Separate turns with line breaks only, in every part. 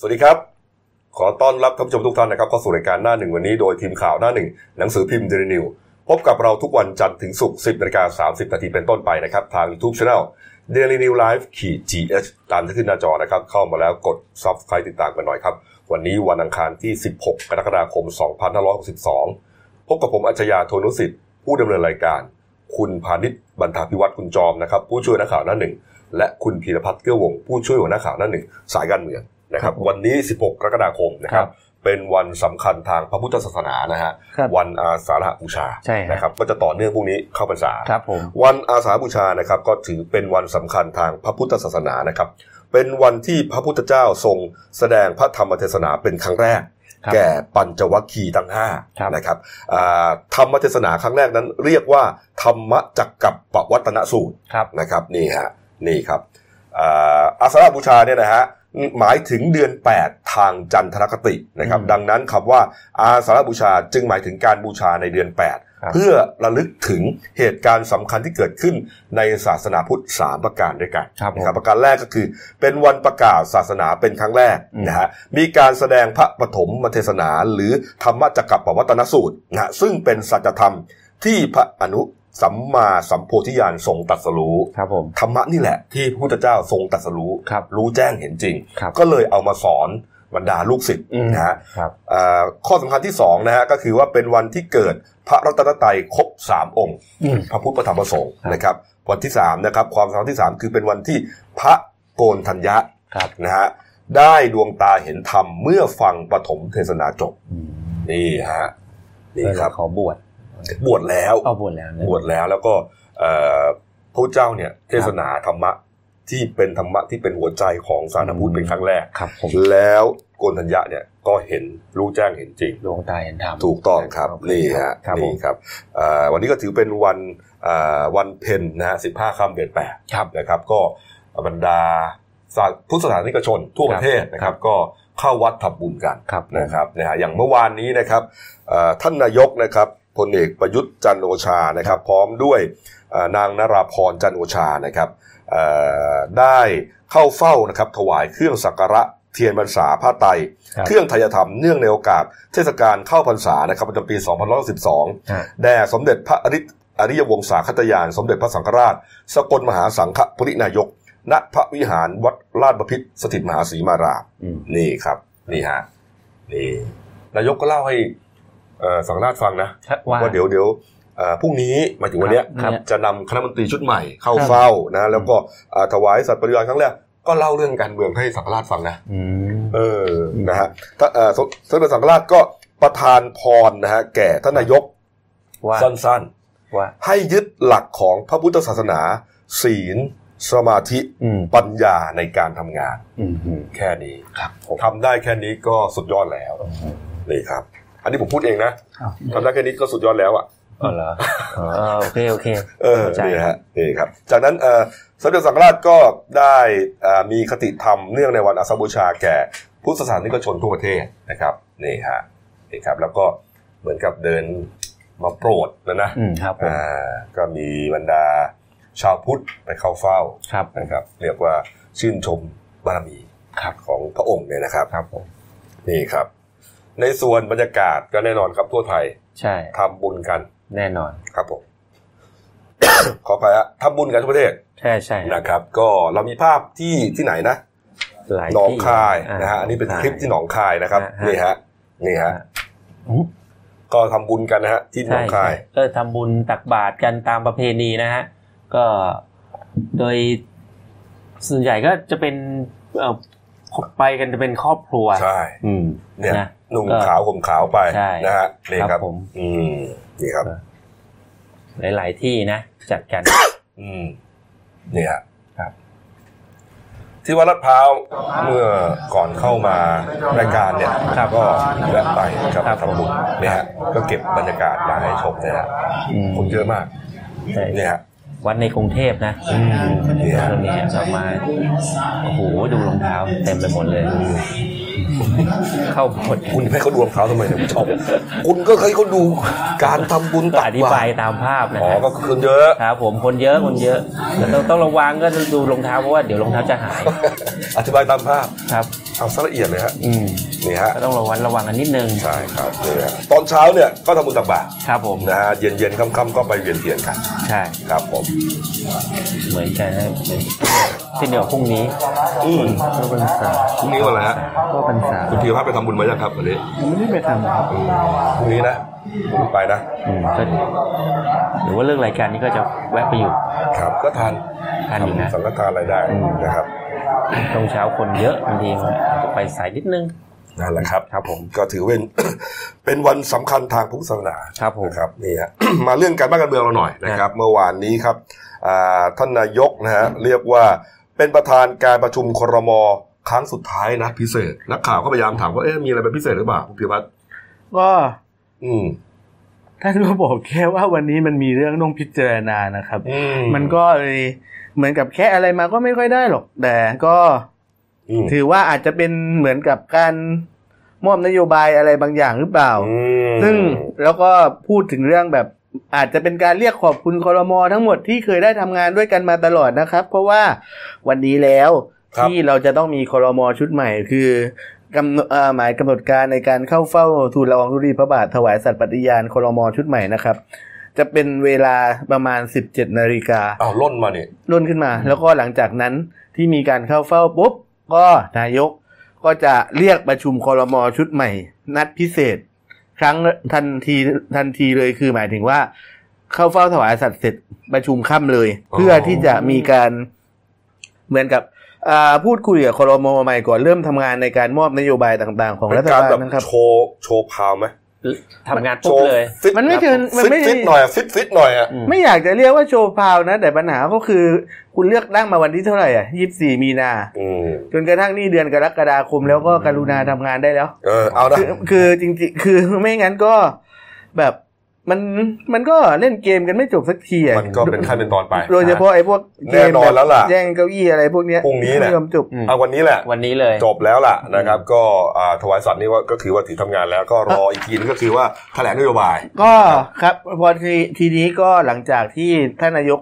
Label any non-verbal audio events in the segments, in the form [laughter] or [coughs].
สวัสดีครับ ขอต้อนรับท่านผู้ชมทุกท่านนะครับเข้าสู่รายการหน้าหนึ่งวันนี้โดยทีมข่าวหน้าหนึ่งหนังสือพิมพ์เดลินิวพบกับเราทุกวันจันทร์ถึงศุกร์10นาฬิกา30นาทีเป็นต้นไปนะครับ ทาง YouTube Channel Daily New Life ขีด GH ตามที่ขึ้นหน้าจอนะครับ เข้ามาแล้วกด Subscribe ติดตามกันหน่อยครับ วันนี้วันอังคารที่ 16 กรกฎาคม 2562 พบกับผมอัจฉริยะโทนุสิทธิ์ผู้ดำเนินรายการ คุณพาณิชย์บรรทาพิวัตรคุณจอมนะครับผู้ช่วยนักข่าวหน้าหนึ่งและคุณพีรพัฒน์เกื้อวงศ์ผู้ช่วยหัวหน้าข่าวหน้าหนึ่งสายการเมืองนะครับ
ครับผม
วันนี้ 16 กรกฎาคมนะครับ เป็นวันสำคัญทางพระพุทธศาสนานะฮะ
ครับ
วันอาสาฬหบูชา
ใช่ฮะ
นะครับ ก็จะต่อเนื่องพรุ่งนี้เข้าพรรษา
ครับผม
วันอาสาฬหบูชานะครับ ก็ถือเป็นวันสำคัญทางพระพุทธศาสนานะครับ เป็นวันที่พระพุทธเจ้าทรงแสดงพระธรรมเทศนาเป็นครั้งแรก
ครับ
แก่ปัญจวัคคีย์ทั้งห้า
ครับ
นะครับอ่าธรรมเทศนาครั้งแรกนั้น เรียกว่า ธรรมจักกับปวัตนสูตร
ครับ
นะครับนี่ฮะนี่ครับอ่าอาสาฬหบูชาเนี่ยนะฮะหมายถึงเดือน 8 ทางจันทรคตินะครับ
อืม
ดังนั้นคำว่าอาสาฬบูชาจึงหมายถึงการบูชาในเดือน
ครับ
8 เพื่อระลึกถึงเหตุการณ์สำคัญที่เกิดขึ้นในศาสนาพุทธสามประการด้วยกัน
ครับผม
นะครับประการแรกก็คือเป็นวันประกาศศาสนาเป็นครั้งแรก
อืม
นะฮะมีการแสดงพระปฐมเทศนาหรือธรรมจักรปวัตนสูตรนะฮะซึ่งเป็นสัจธรรมที่พระอนุสัมมาสัมโพธิญาณทรงตรัสรู้
ครับผม
ธรรมะนี่แหละที่พระพุทธเจ้าทรงตรัสรู้
ครับ
รู้แจ้งเห็นจริง
ครับ
ก็เลยเอามาสอนบรรดาลูกศิษย์
อืม
นะฮะ
ครับ
เอ่อข้อสำคัญที่สองนะฮะก็คือว่าเป็นวันที่เกิดพระรัตนตรัยครบสามองค์
อืม
พระพุทธพระธรรมพระสงฆ์
ครับ
นะครับ วันที่สามนะครับความสำคัญที่สามคือเป็นวันที่พระโกนธัญญะ
ครับ
นะฮะได้ดวงตาเห็นธรรมเมื่อฟังปฐมเทศนาจบ
อืม
นี่ฮะนี่ครับ
ขอบวช
บวชแล้ว
เอาบวชแล้วนะ
บวชแล้วแล้วก็เอ่อพระพุทธเจ้าเนี่ยเทศนาธรรมะที่เป็นธรรมะที่เป็นหัวใจของสารพุทธ
อืม
เป็นครั้งแรก
ครับผม
แล้วโกนธัญญะเนี่ยก็เห็นรู้แจ้งเห็นจริง
ดวงตาเห็นธรรม
ถูกต้องครับ
โเ
นี่ฮะ
ครับผ
นี่
ม
ครับเอ่อวันนี้ก็ถือเป็นวันเอ่อวันเพ็ญนะฮะสิบห้าค่ำเดือนแปด
ครับ
นะครับก็บรรดาสาพุทธศาสนิกชนทั่วประเทศนะครับก็เข้าวัดทำบุญกัน
ครับ
นะครับนะฮะอย่างเมื่อวานนี้นะครับเอ่อท่านนายกนะครับพลเอกประยุทธ์จันทร์โอชานะครับพร้อมด้วยเอ่อนางนราพรจันทร์โอชานะครับเอ่อได้เข้าเฝ้านะครับถวายเครื่องสักการะเทียนพรรษาผ้าไตร
ครับ
เครื่องไทยธรรมเนื่องในโอกาสเทศกาลเข้าพรรษานะครับประจำปี2512
ฮะ
แด่สมเด็จพระอริอริยวงศาคตยาน สมเด็จพระสังฆราช สกลมหาสังฆปรินายก ณพระวิหารวัดราชบพิตรสถิตมหาศรีมาราม
อืม
นี่ครับ นี่ฮะนี่นายกก็เล่าให้เอ่อสังฆราชฟังนะ
ว่า
ว่าเดี๋ยวเดี๋ยวเอ่อพรุ่งนี้หมายถึงวันเนี้ย
ครับครับ
จะนำคณะมนตรีชุดใหม่เข้า
ครับ
เฝ้านะแล้วก็เอ่อถวายสัตย์ปฏิญาณครั้งแรกก็เล่าเรื่องการเมืองให้สังฆราชฟังนะ
อืม
เออ นะฮะถ้าเอ่อสมสมเด็จสังฆราชก็ประทานพรนะฮะแก่ท่านนายก
ว่า
สั้นๆ
ว่า
ให้ยึดหลักของพระพุทธศาสนา ศีล สมาธิ
อืม
ปัญญาในการทำงาน
อืมอืม
แค่นี้
ครับผม
ทำได้แค่นี้ก็สุดยอดแล้วนี่ครับ อันนี้ผมพูดเองนะ
อ้าว
ทำได้แค่นี้ก็สุดยอดแล้วอ่ะ
อ๋อเหรออ๋อโอเคโอเค
เออ
เข้าใจ
นี่ฮะนี่ครับ จากนั้นเอ่อสมเด็จสังฆราชก็ได้เอ่อมีคติธรรมเนื่องในวันอาสาฬหบูชาแก่พุทธศาสนิกชนทั่วประเทศนะครับนี่ฮะนี่ครับ แล้วก็เหมือนกับเดินมาโปรดนะนะ
อืมครับผม
อ่าก็มีบรรดาชาวพุทธไปเข้าเฝ้า
ครับ
นะครับ เรียกว่าชื่นชมบารมี
ครับ
ของพระองค์เนี่ยนะครับ
ครับผม
นี่ครับ ในส่วนบรรยากาศก็แน่นอนครับทั่วไทย
ใช่
ทำบุญกัน
แน่นอน
ครับผม [coughs] ขอไปฮะทำบุญกันทั่วประเทศ
ใช่ใช่
นะครับ ก็เรามีภาพที่ที่ไหนนะ
หลาย
หนอง
ที่
คาย
า
นะฮะอันนี้เป็น
งาย
คลิปที่หนองคายนะครับ
อ่าฮะ
นี่ฮะนี่ฮะ
อืม
ก็ทำบุญกันนะฮะที่หน
ใช่
อง
ใช่
คาย
ก็ทำบุญตักบาตรกันตามประเพณีนะฮะก็โดยส่วนใหญ่ก็จะเป็นเอ่อไปกันจะเป็นครอบครัว
ใช่
อืม
เนี่ย
นะ
หนุ่ม
ก็
ขาวห่มขาวไป
ใช่
นะฮะนี่
ครับ
ครับ
ผม
อืมนี่ครับ
หลาย ๆ ที่นะ จัดกัน
อืมเนี่ย
ครับ
ที่วัดลาดพร้าวเมื่อก่อนเข้ามารายการเนี่ยก็แวะไปครับทำบุญเนี่ยฮะก็เก็บบรรยากาศมาให้ชมเนี่ยฮะ
อืม
คนเยอะมาก
ใช่
เนี่ยฮะ
วัดในกรุงเทพนะ
อืมเนี่ย
ตรงนี้ออกมาโอ้โหดูรองเท้าเต็มไปหมดเลย เข้าโบสถ์
คุณให้เขาดูรองเท้าทำไมเนี่ยผมชอบคุณก็ให้เขาดูการทำบุญ
ก็
ตั
อก ธิ
บา
บาย
ตร
ตามภาพนะ
อ๋อ
ฮะ
ก็คนเยอะ [laughs]
ครับผมคนเยอะคนเยอะแต่ต้องต้องระวังก็ดูรองเท้าเพราะว่าเดี๋ยวรองเท้าจะหาย
อธิบายตามภาพ
ครับ
เอาซะละเอียดเลยฮะ
อืม
นี่ฮะ
ก็ต้องระวังระวังกันนิดนึง
ใช่ครับนี่ฮะตอนเช้าเนี่ยก็ทำบุญตักบาตร
ครับผม
นะฮะเย็นเย็นๆค่ำๆก็ไปเวียนเทียนกัน
ใช่
ครับผม
เหมือนกันนะเหมือนเช่นเดียวกับพรุ่งนี้
อืม
ก็เป็นสา
พรุ่งนี้วันอะไรฮะ
ก็เป็นสา
คุณพีรพัฒน์ไปทำบุญมายังครับวันนี้
ผมไม่ได้ไปทำครับ
อืมพรุ่งนี้นะไปนะ
อืมก็หรือว่าเรื่องรายการนี้ก็จะแวะไปอยู่
ครับก็ทาน
ทานอยู่นะ
ทำสังฆทานรายได้นะครับ
ตรงเช้าคนเยอะบางทีมันอาจจะไปสายนิดนึง
นั่นแหละครับ
ครับผม
ก็ถือเป็น [coughs] เป็นวันสำคัญทางพุทธศาสนา
ครับผม
นะครับนี่ฮะ [coughs] มาเรื่องการบ้านการเมืองเราหน่อยนะครับ เมื่อวานนี้ครับอ่าท่านนายกนะฮะเรียกว่าเป็นประธานการประชุมครมครั้งสุดท้ายนะพิเศษนักข่าวก็พยายามถามว่าเอ๊ะมีอะไรเป็นพิเศษหรือเปล่าคุณพิพัฒน์
ก็
อืม
ท่านก็บอกแค่ว่าวันนี้มันมีเรื่องต้องพิจารณานะครับ
อื
มันก็เลยเหมือนกับแค่อะไรมาก็ไม่ค่อยได้หรอก แต่ก็
อืม
ถือว่าอาจจะเป็นเหมือนกับการมอบนโยบายอะไรบางอย่างหรือเปล่า
อืม
ซึ่งแล้วก็พูดถึงเรื่องแบบอาจจะเป็นการเรียกขอบคุณคอรมอทั้งหมดที่เคยได้ทำงานด้วยกันมาตลอดนะครับ เพราะว่าวันนี้แล้วที่เราจะต้องมีคอรมอชุดใหม่ คือกำหนดเอ่อหมายกำหนดการในการเข้าเฝ้าทูลละอองธุลีพระบาทถวายสัตย์ปฏิญาณคอรมอชุดใหม่นะครับ จะเป็นเวลาประมาณ 17นาฬิกา
อ้าวล่นมาเนี่ย
ล่นขึ้นมา แล้วก็หลังจากนั้นที่มีการเข้าเฝ้าปุ๊บ ก็นายกก็จะเรียกประชุมคอรมอชุดใหม่ นัดพิเศษ ครั้งละทันทีทันทีเลยคือหมายถึงว่า เข้าเฝ้าถวายสัตว์เสร็จประชุมค่ำเลย
อ๋อ
เพื่อที่จะมีการเหมือนกับอ่าพูดคุยกับคอรมอใหม่ก่อนเริ่มทำงานในการมอบนโยบายต่าง ๆ ของ
เป็
รั
น
ฐ
การ
บาล
แบบ
นะครับ
โชว์โชว์พาวไหม
ทำงานปุ๊บเลย
ฟิต
มันไม่เชิงมันไม่
ฟิตๆหน่อยอะฟิตฟิตๆหน่อยอะ
อืม
ไม่อยากจะเรียกว่าโชว์พาวนะ แต่ปัญหาก็คือคุณเลือกตั้งมาวันที่เท่าไหร่อ่ะยี่สิบสี่มีนา
อืม
จนกระทั่งนี่เดือนกรกฎาคมแล้วก็กรุณาทำงานได้แล้ว
เออเอานะ
คือคือจริงๆ คือไม่งั้นก็แบบมันมันก็เล่นเกมกันไม่จบสักทีอ่ะ
มันก็เป็นขั้นเป็นตอนไป
โดยเฉพาะไอ้พวกเกม
แน่นอนแล้วล่ะ
แย่งเก้าอี้อะไรพวกเนี้ย
พรุ่งนี้แหละ
ไม่ยอมจบ
อืม
เอาวันนี้แหละ
วันนี้เลย
จบแล้วล่ะนะครับ ก็อ่าถวายสัตว์นี่ว่าก็คือว่าถือทำงานแล้วก็รออีกทีนึงก็คือว่าแถลงนโยบาย
ก็ครับพอทีทีนี้ก็หลังจากที่ท่านนายก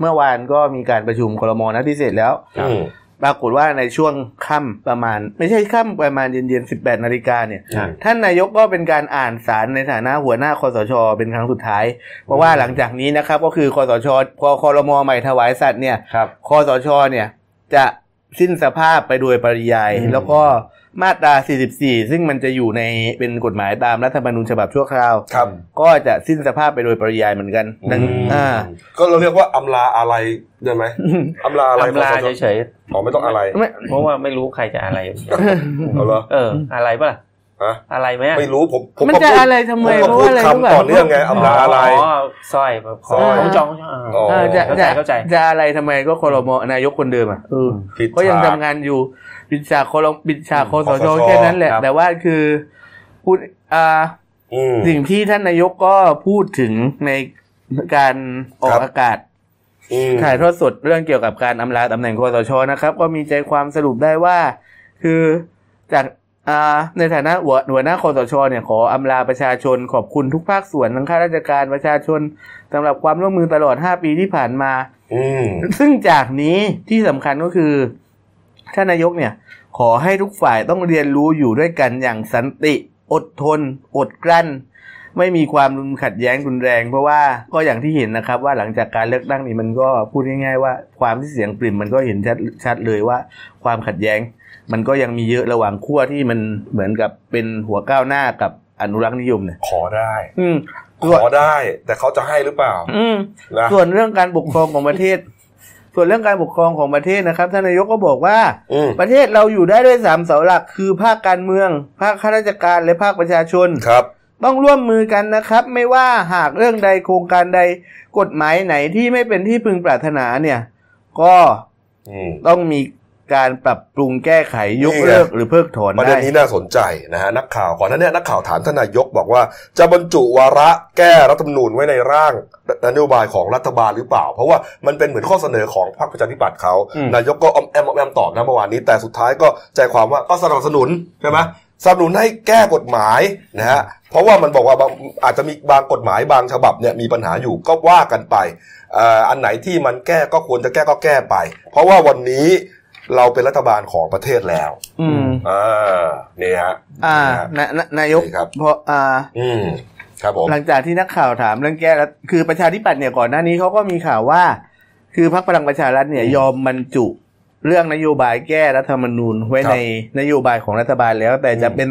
เมื่อวานก็มีการประชุมครมนัดพิเศษแล้ว
อืม
ปรากฏว่าในช่วงค่ำประมาณ ไม่ใช่ค่ำประมาณเย็นๆ 18 นาฬิกาเนี่ย
ครับ
ท่านนายกก็เป็นการอ่านสารในฐานะหัวหน้าคอสช เป็นครั้งสุดท้าย เพราะว่าหลังจากนี้นะครับ ก็คือคอสชพอคอรมอใหม่ถวายสัตว์เนี่ย
ครับ
คอสชเนี่ยจะสิ้นสภาพไปโดยปริยาย
อืม
แล้วก็มาตรา 44 ซึ่งมันจะอยู่ในเป็นกฎหมายตามรัฐธรรมนูญฉบับชั่วคราว
ครับ
ก็จะสิ้นสภาพไปโดยปริยายเหมือนกันดัง
อืม
อ่า
ก็เราเรียกว่าอำลาอะไรได้ไหมอำลาอะไร
ทำลา
ขอสช
เฉย
อ๋อไม่ต้องอะไร
ไม่
ๆ เพราะว่าไม่รู้ใครจะอะไร
เอาเหรอ
เออ อะไรปะล่ะ
ฮะ
อะไรไหม
ไม่รู้ผมผม
มัน
ก็
จะ
พูด
อะไรทำไม
ผ
เพ
ก็
ราะ
พูด
ว่าอะไรรู้
คำ
ป่ะ
ต่อเนื่องไงอำลาอะไร
อ๋อสร้อยข
สร้
อ
อย
งจองของจอง
อ๋อ
เอ
เอ
อ
อจะ
เข้าใจ
จะ
เข้าใจ
จะอะไรทำไมก็คอรมอนายกคนเดิมอ่ะเออ
ผิด
ก็ยัง
ฉ
ทำงานอยู่ปิดฉากคอรมปิดฉากคอส
คอส
ช
ช
แค่นั้นแหละ
ครับ
แต่ว่าคือพูดอ่า
อืม
สิ่งที่ท่านนายกก็พูดถึงในการออ
ครั
ก
บ
อากาศ
อืม
ถ่ายทอดสดเรื่องเกี่ยวกับการอำลาตำแหน่งคอสชนะครับ ก็มีใจความสรุปได้ว่า คือจากอ่าในฐานะหัวหัวหน้าคอสชเนี่ยขออำลาประชาชนขอบคุณทุกภาคส่วนทั้งข้าราชการประชาชนสำหรับความร่วมมือตลอด 5 ปีที่ผ่านมา
อืม
[laughs] ซึ่งจากนี้ที่สำคัญก็คือท่านนายกเนี่ย ขอให้ทุกฝ่ายต้องเรียนรู้อยู่ด้วยกันอย่างสันติ อดทน อดกลั้น ไม่มีความรุนขัดแย้งรุนแรง เพราะว่าก็อย่างที่เห็นนะครับ ว่าหลังจากการเลือกตั้งนี่มันก็พูดง่ายๆว่าความที่เสียงปริ่มมันก็เห็นชัดชัดเลยว่า ความขัดแย้ง มันก็ยังมีเยอะระหว่างขั้วที่มันเหมือนกับเป็นหัวก้าวหน้ากับอนุรักษ์นิยมเนี่ย
ขอได้
อืม
ขอได้ แต่เขาจะให้หรือเปล่า
อืม
นะ
ส่วนเรื่องการปกครองของประเทศ ส่วนเรื่องการปกครองของประเทศนะครับท่านนายกก็บอกว่า
อืม
ประเทศเราอยู่ได้ด้วยสามเสาหลักคือภาคการเมือง ภาคข้าราชการและภาคประชาชน
ครับ
ต้องร่วมมือกันนะครับ ไม่ว่าหากเรื่องใดโครงการใดกฎหมายไหนที่ไม่เป็นที่พึงปรารถนาเนี่ย ก็
อืม
ต้องมีการปรับปรุงแก้ไขยก
นี่ไง
เลิกหรือเพิกถอน
ประเด็น
ได้
นี้น่าสนใจนะฮะนักข่าวก่อนหนั้นเนี่ยนักข่าวถามท่านนายกบอกว่าจะบรรจุวาระแก้รัฐธรรมนูญไว้ในร่างนโยบายของรัฐบาลหรือเปล่า เพราะว่ามันเป็นเหมือนข้อเสนอของพรรคประชาธิปัตย์เขา
อืม
นายกก็ออมแอมออมแอมตอบนะเมื่อวานนี้แต่สุดท้ายก็ใจความว่าก็สนับสนุนใช่ไหมสนับสนุนให้แก้กฎหมายนะฮะเพราะว่ามันบอกว่าบางอาจจะมีบางกฎหมายบางฉบับเนี่ยมีปัญหาอยู่ก็ว่ากันไปเอ่ออันไหนที่มันแก้ก็ควรจะแก้ก็แก้ไป เพราะว่าวันนี้ เราเป็นรัฐบาลของประเทศแล้ว
อืม
อ่านี่ฮะ
อ่า
ครับ
นานานายก
นี่ครับ
พออ่า
อืมครับผม
หลังจากที่นักข่าวถามเรื่องแก้รัฐคือประชาธิปัตย์เนี่ยก่อนหน้านี้เขาก็มีข่าวว่า คือพรรคพลังประชารัฐเนี่ย
อืม
ยอมบรรจุ เรื่องนโยบายแก้รัฐธรรมนูญไว้
ครับ
ในนโยบายของรัฐบาลแล้ว แต่จะ
อืม
เป็น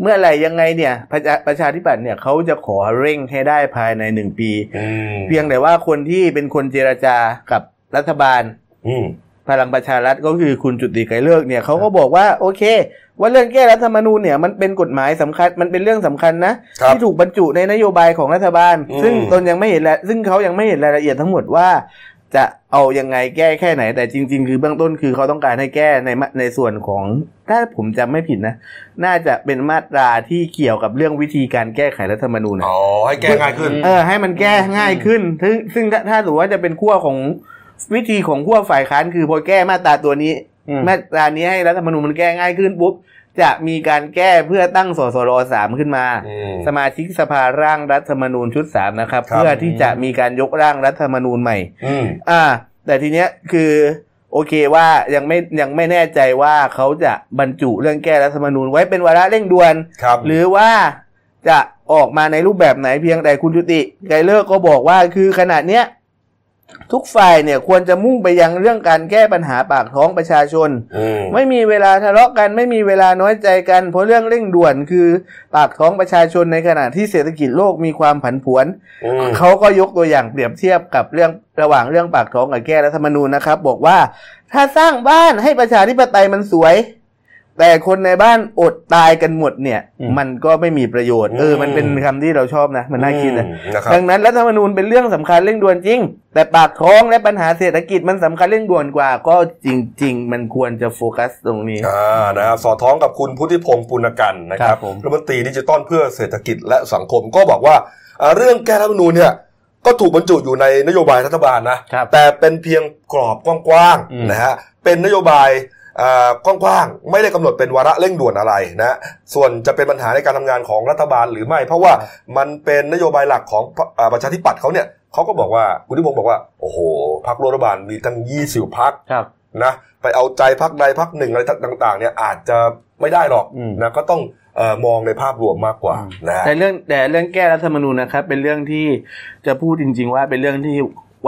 เมื่อไหร่ยังไงเนี่ยประชาประชาธิปัตย์เนี่ยเขาจะขอเร่งให้ได้ภายในหนึ่งปี
อืม
เพียงแต่ว่าคนที่เป็นคนเจรจากับรัฐบาล
อืม
พลังประชารัฐก็คือคุณจุติไกรเลิกษ์เนี่ยเขาก็บอกว่าโอเค ว่าเรื่องแก้รัฐธรรมนูญเนี่ยมันเป็นกฎหมายสำคัญมันเป็นเรื่องสำคัญนะ
ครับ
ที่ถูกบรรจุในนโยบายของรัฐบาล
อืม
ซึ่งตนยังไม่เห็นและซึ่งเขายังไม่เห็นรายละเอียดทั้งหมดว่า จะเอายังไงแก้แค่ไหน แต่จริง ๆ คือเบื้องต้นคือเขาต้องการให้แก้ในมาในส่วนของถ้าผมจำไม่ผิดนะ น่าจะเป็นมาตราที่เกี่ยวกับเรื่องวิธีการแก้ไขรัฐธรรมนูญนะ
อ๋อให้แก้ง่ายขึ้น
เออให้มันแก้ง่ายขึ้นซึ่งซึ่งถ้าถ้าสมมติว่าจะเป็นขั้วของวิธีของขั้วฝ่ายค้านคือพอแก้มาตราตัวนี้
อืม
มาตรานี้ให้รัฐธรรมนูญมันแก้ง่ายขึ้นปุ๊บจะมีการแก้เพื่อตั้งสสรสามขึ้นมา
อืม
สมาชิกสภาร่างรัฐธรรมนูญชุดสามนะครับ
ครับ
เพื่อที่จะมีการยกร่างรัฐธรรมนูญใหม่
อืม
อ่า แต่ทีเนี้ยคือ โอเคว่ายังไม่ยังไม่แน่ใจว่าเขาจะบรรจุเรื่องแก้รัฐธรรมนูญไว้เป็นวาระเร่งด่วน
ครับ
หรือว่าจะออกมาในรูปแบบไหนเพียงแต่คุณจุติไกรเลิกษ์ก็บอกว่าคือขณะเนี้ยทุกฝ่ายเนี่ยควรจะมุ่งไปยังเรื่องการแก้ปัญหาปากท้องประชาชน
อืม
ไม่มีเวลาทะเลาะกันไม่มีเวลาน้อยใจกัน เพราะเรื่องเร่งด่วนคือปากท้องประชาชนในขณะที่เศรษฐกิจโลกมีความผันผวน
อืม
เขาก็ยกตัวอย่างเปรียบเทียบกับเรื่องระหว่างเรื่องปากท้องกับแก้รัฐธรรมนูญนะครับ บอกว่าถ้าสร้างบ้านให้ประชาธิปไตยมันสวย แต่คนในบ้านอดตายกันหมดเนี่ย
อืม
มันก็ไม่มีประโยชน์ เออ
อืม
มันเป็นคำที่เราชอบนะ มันน่าคิดนะ
อืมนะครับ
ดังนั้นรัฐธรรมนูญเป็นเรื่องสำคัญเร่งด่วนจริง แต่ปากท้องและปัญหาเศรษฐกิจมันสำคัญเร่งด่วนกว่า ก็จริง ๆ มันควรจะโฟกัสตรงนี้
อ่านะครับสอดท้องกับคุณพุทธิพงศ์ปุณกันนะค
ครั
รับบ
ผม
รัฐมนตรีดิจิตอลเพื่อเศรษฐกิจและสังคมก็บอกว่าอ่าเรื่องแก้รัฐธรรมนูญเนี่ยก็ถูกบรรจุอยู่ในนโยบายรัฐบาลนะ
ครับ
แต่เป็นเพียงกรอบกว้าง
อืม
ๆนะฮะ เป็นนโยบายเอ่อกว้างๆ ไม่ได้กำหนดเป็นวาระเร่งด่วนอะไรนะ ส่วนจะเป็นปัญหาในการทำงานของรัฐบาลหรือไม่ เพราะว่ามันเป็นนโยบายหลักของพรรคเอ่อประชาธิปัตย์เขาเนี่ยเขาก็บอกว่าคุณทิพงศ์บอกว่า โอ้โหพรรครัฐบาลมีตั้ง 20พัก
ครับ
นะ ไปเอาใจพักใดพักหนึ่งอะไรต่างๆ เนี่ยอาจจะไม่ได้หรอก
อืม
นะ ก็ต้องเออมองในภาพรวมมากกว่านะฮะ
แต่เรื่องแต่เรื่องแก้รัฐธรรมนูญนะครับ เป็นเรื่องที่จะพูดจริง ๆ ว่าเป็นเรื่องที่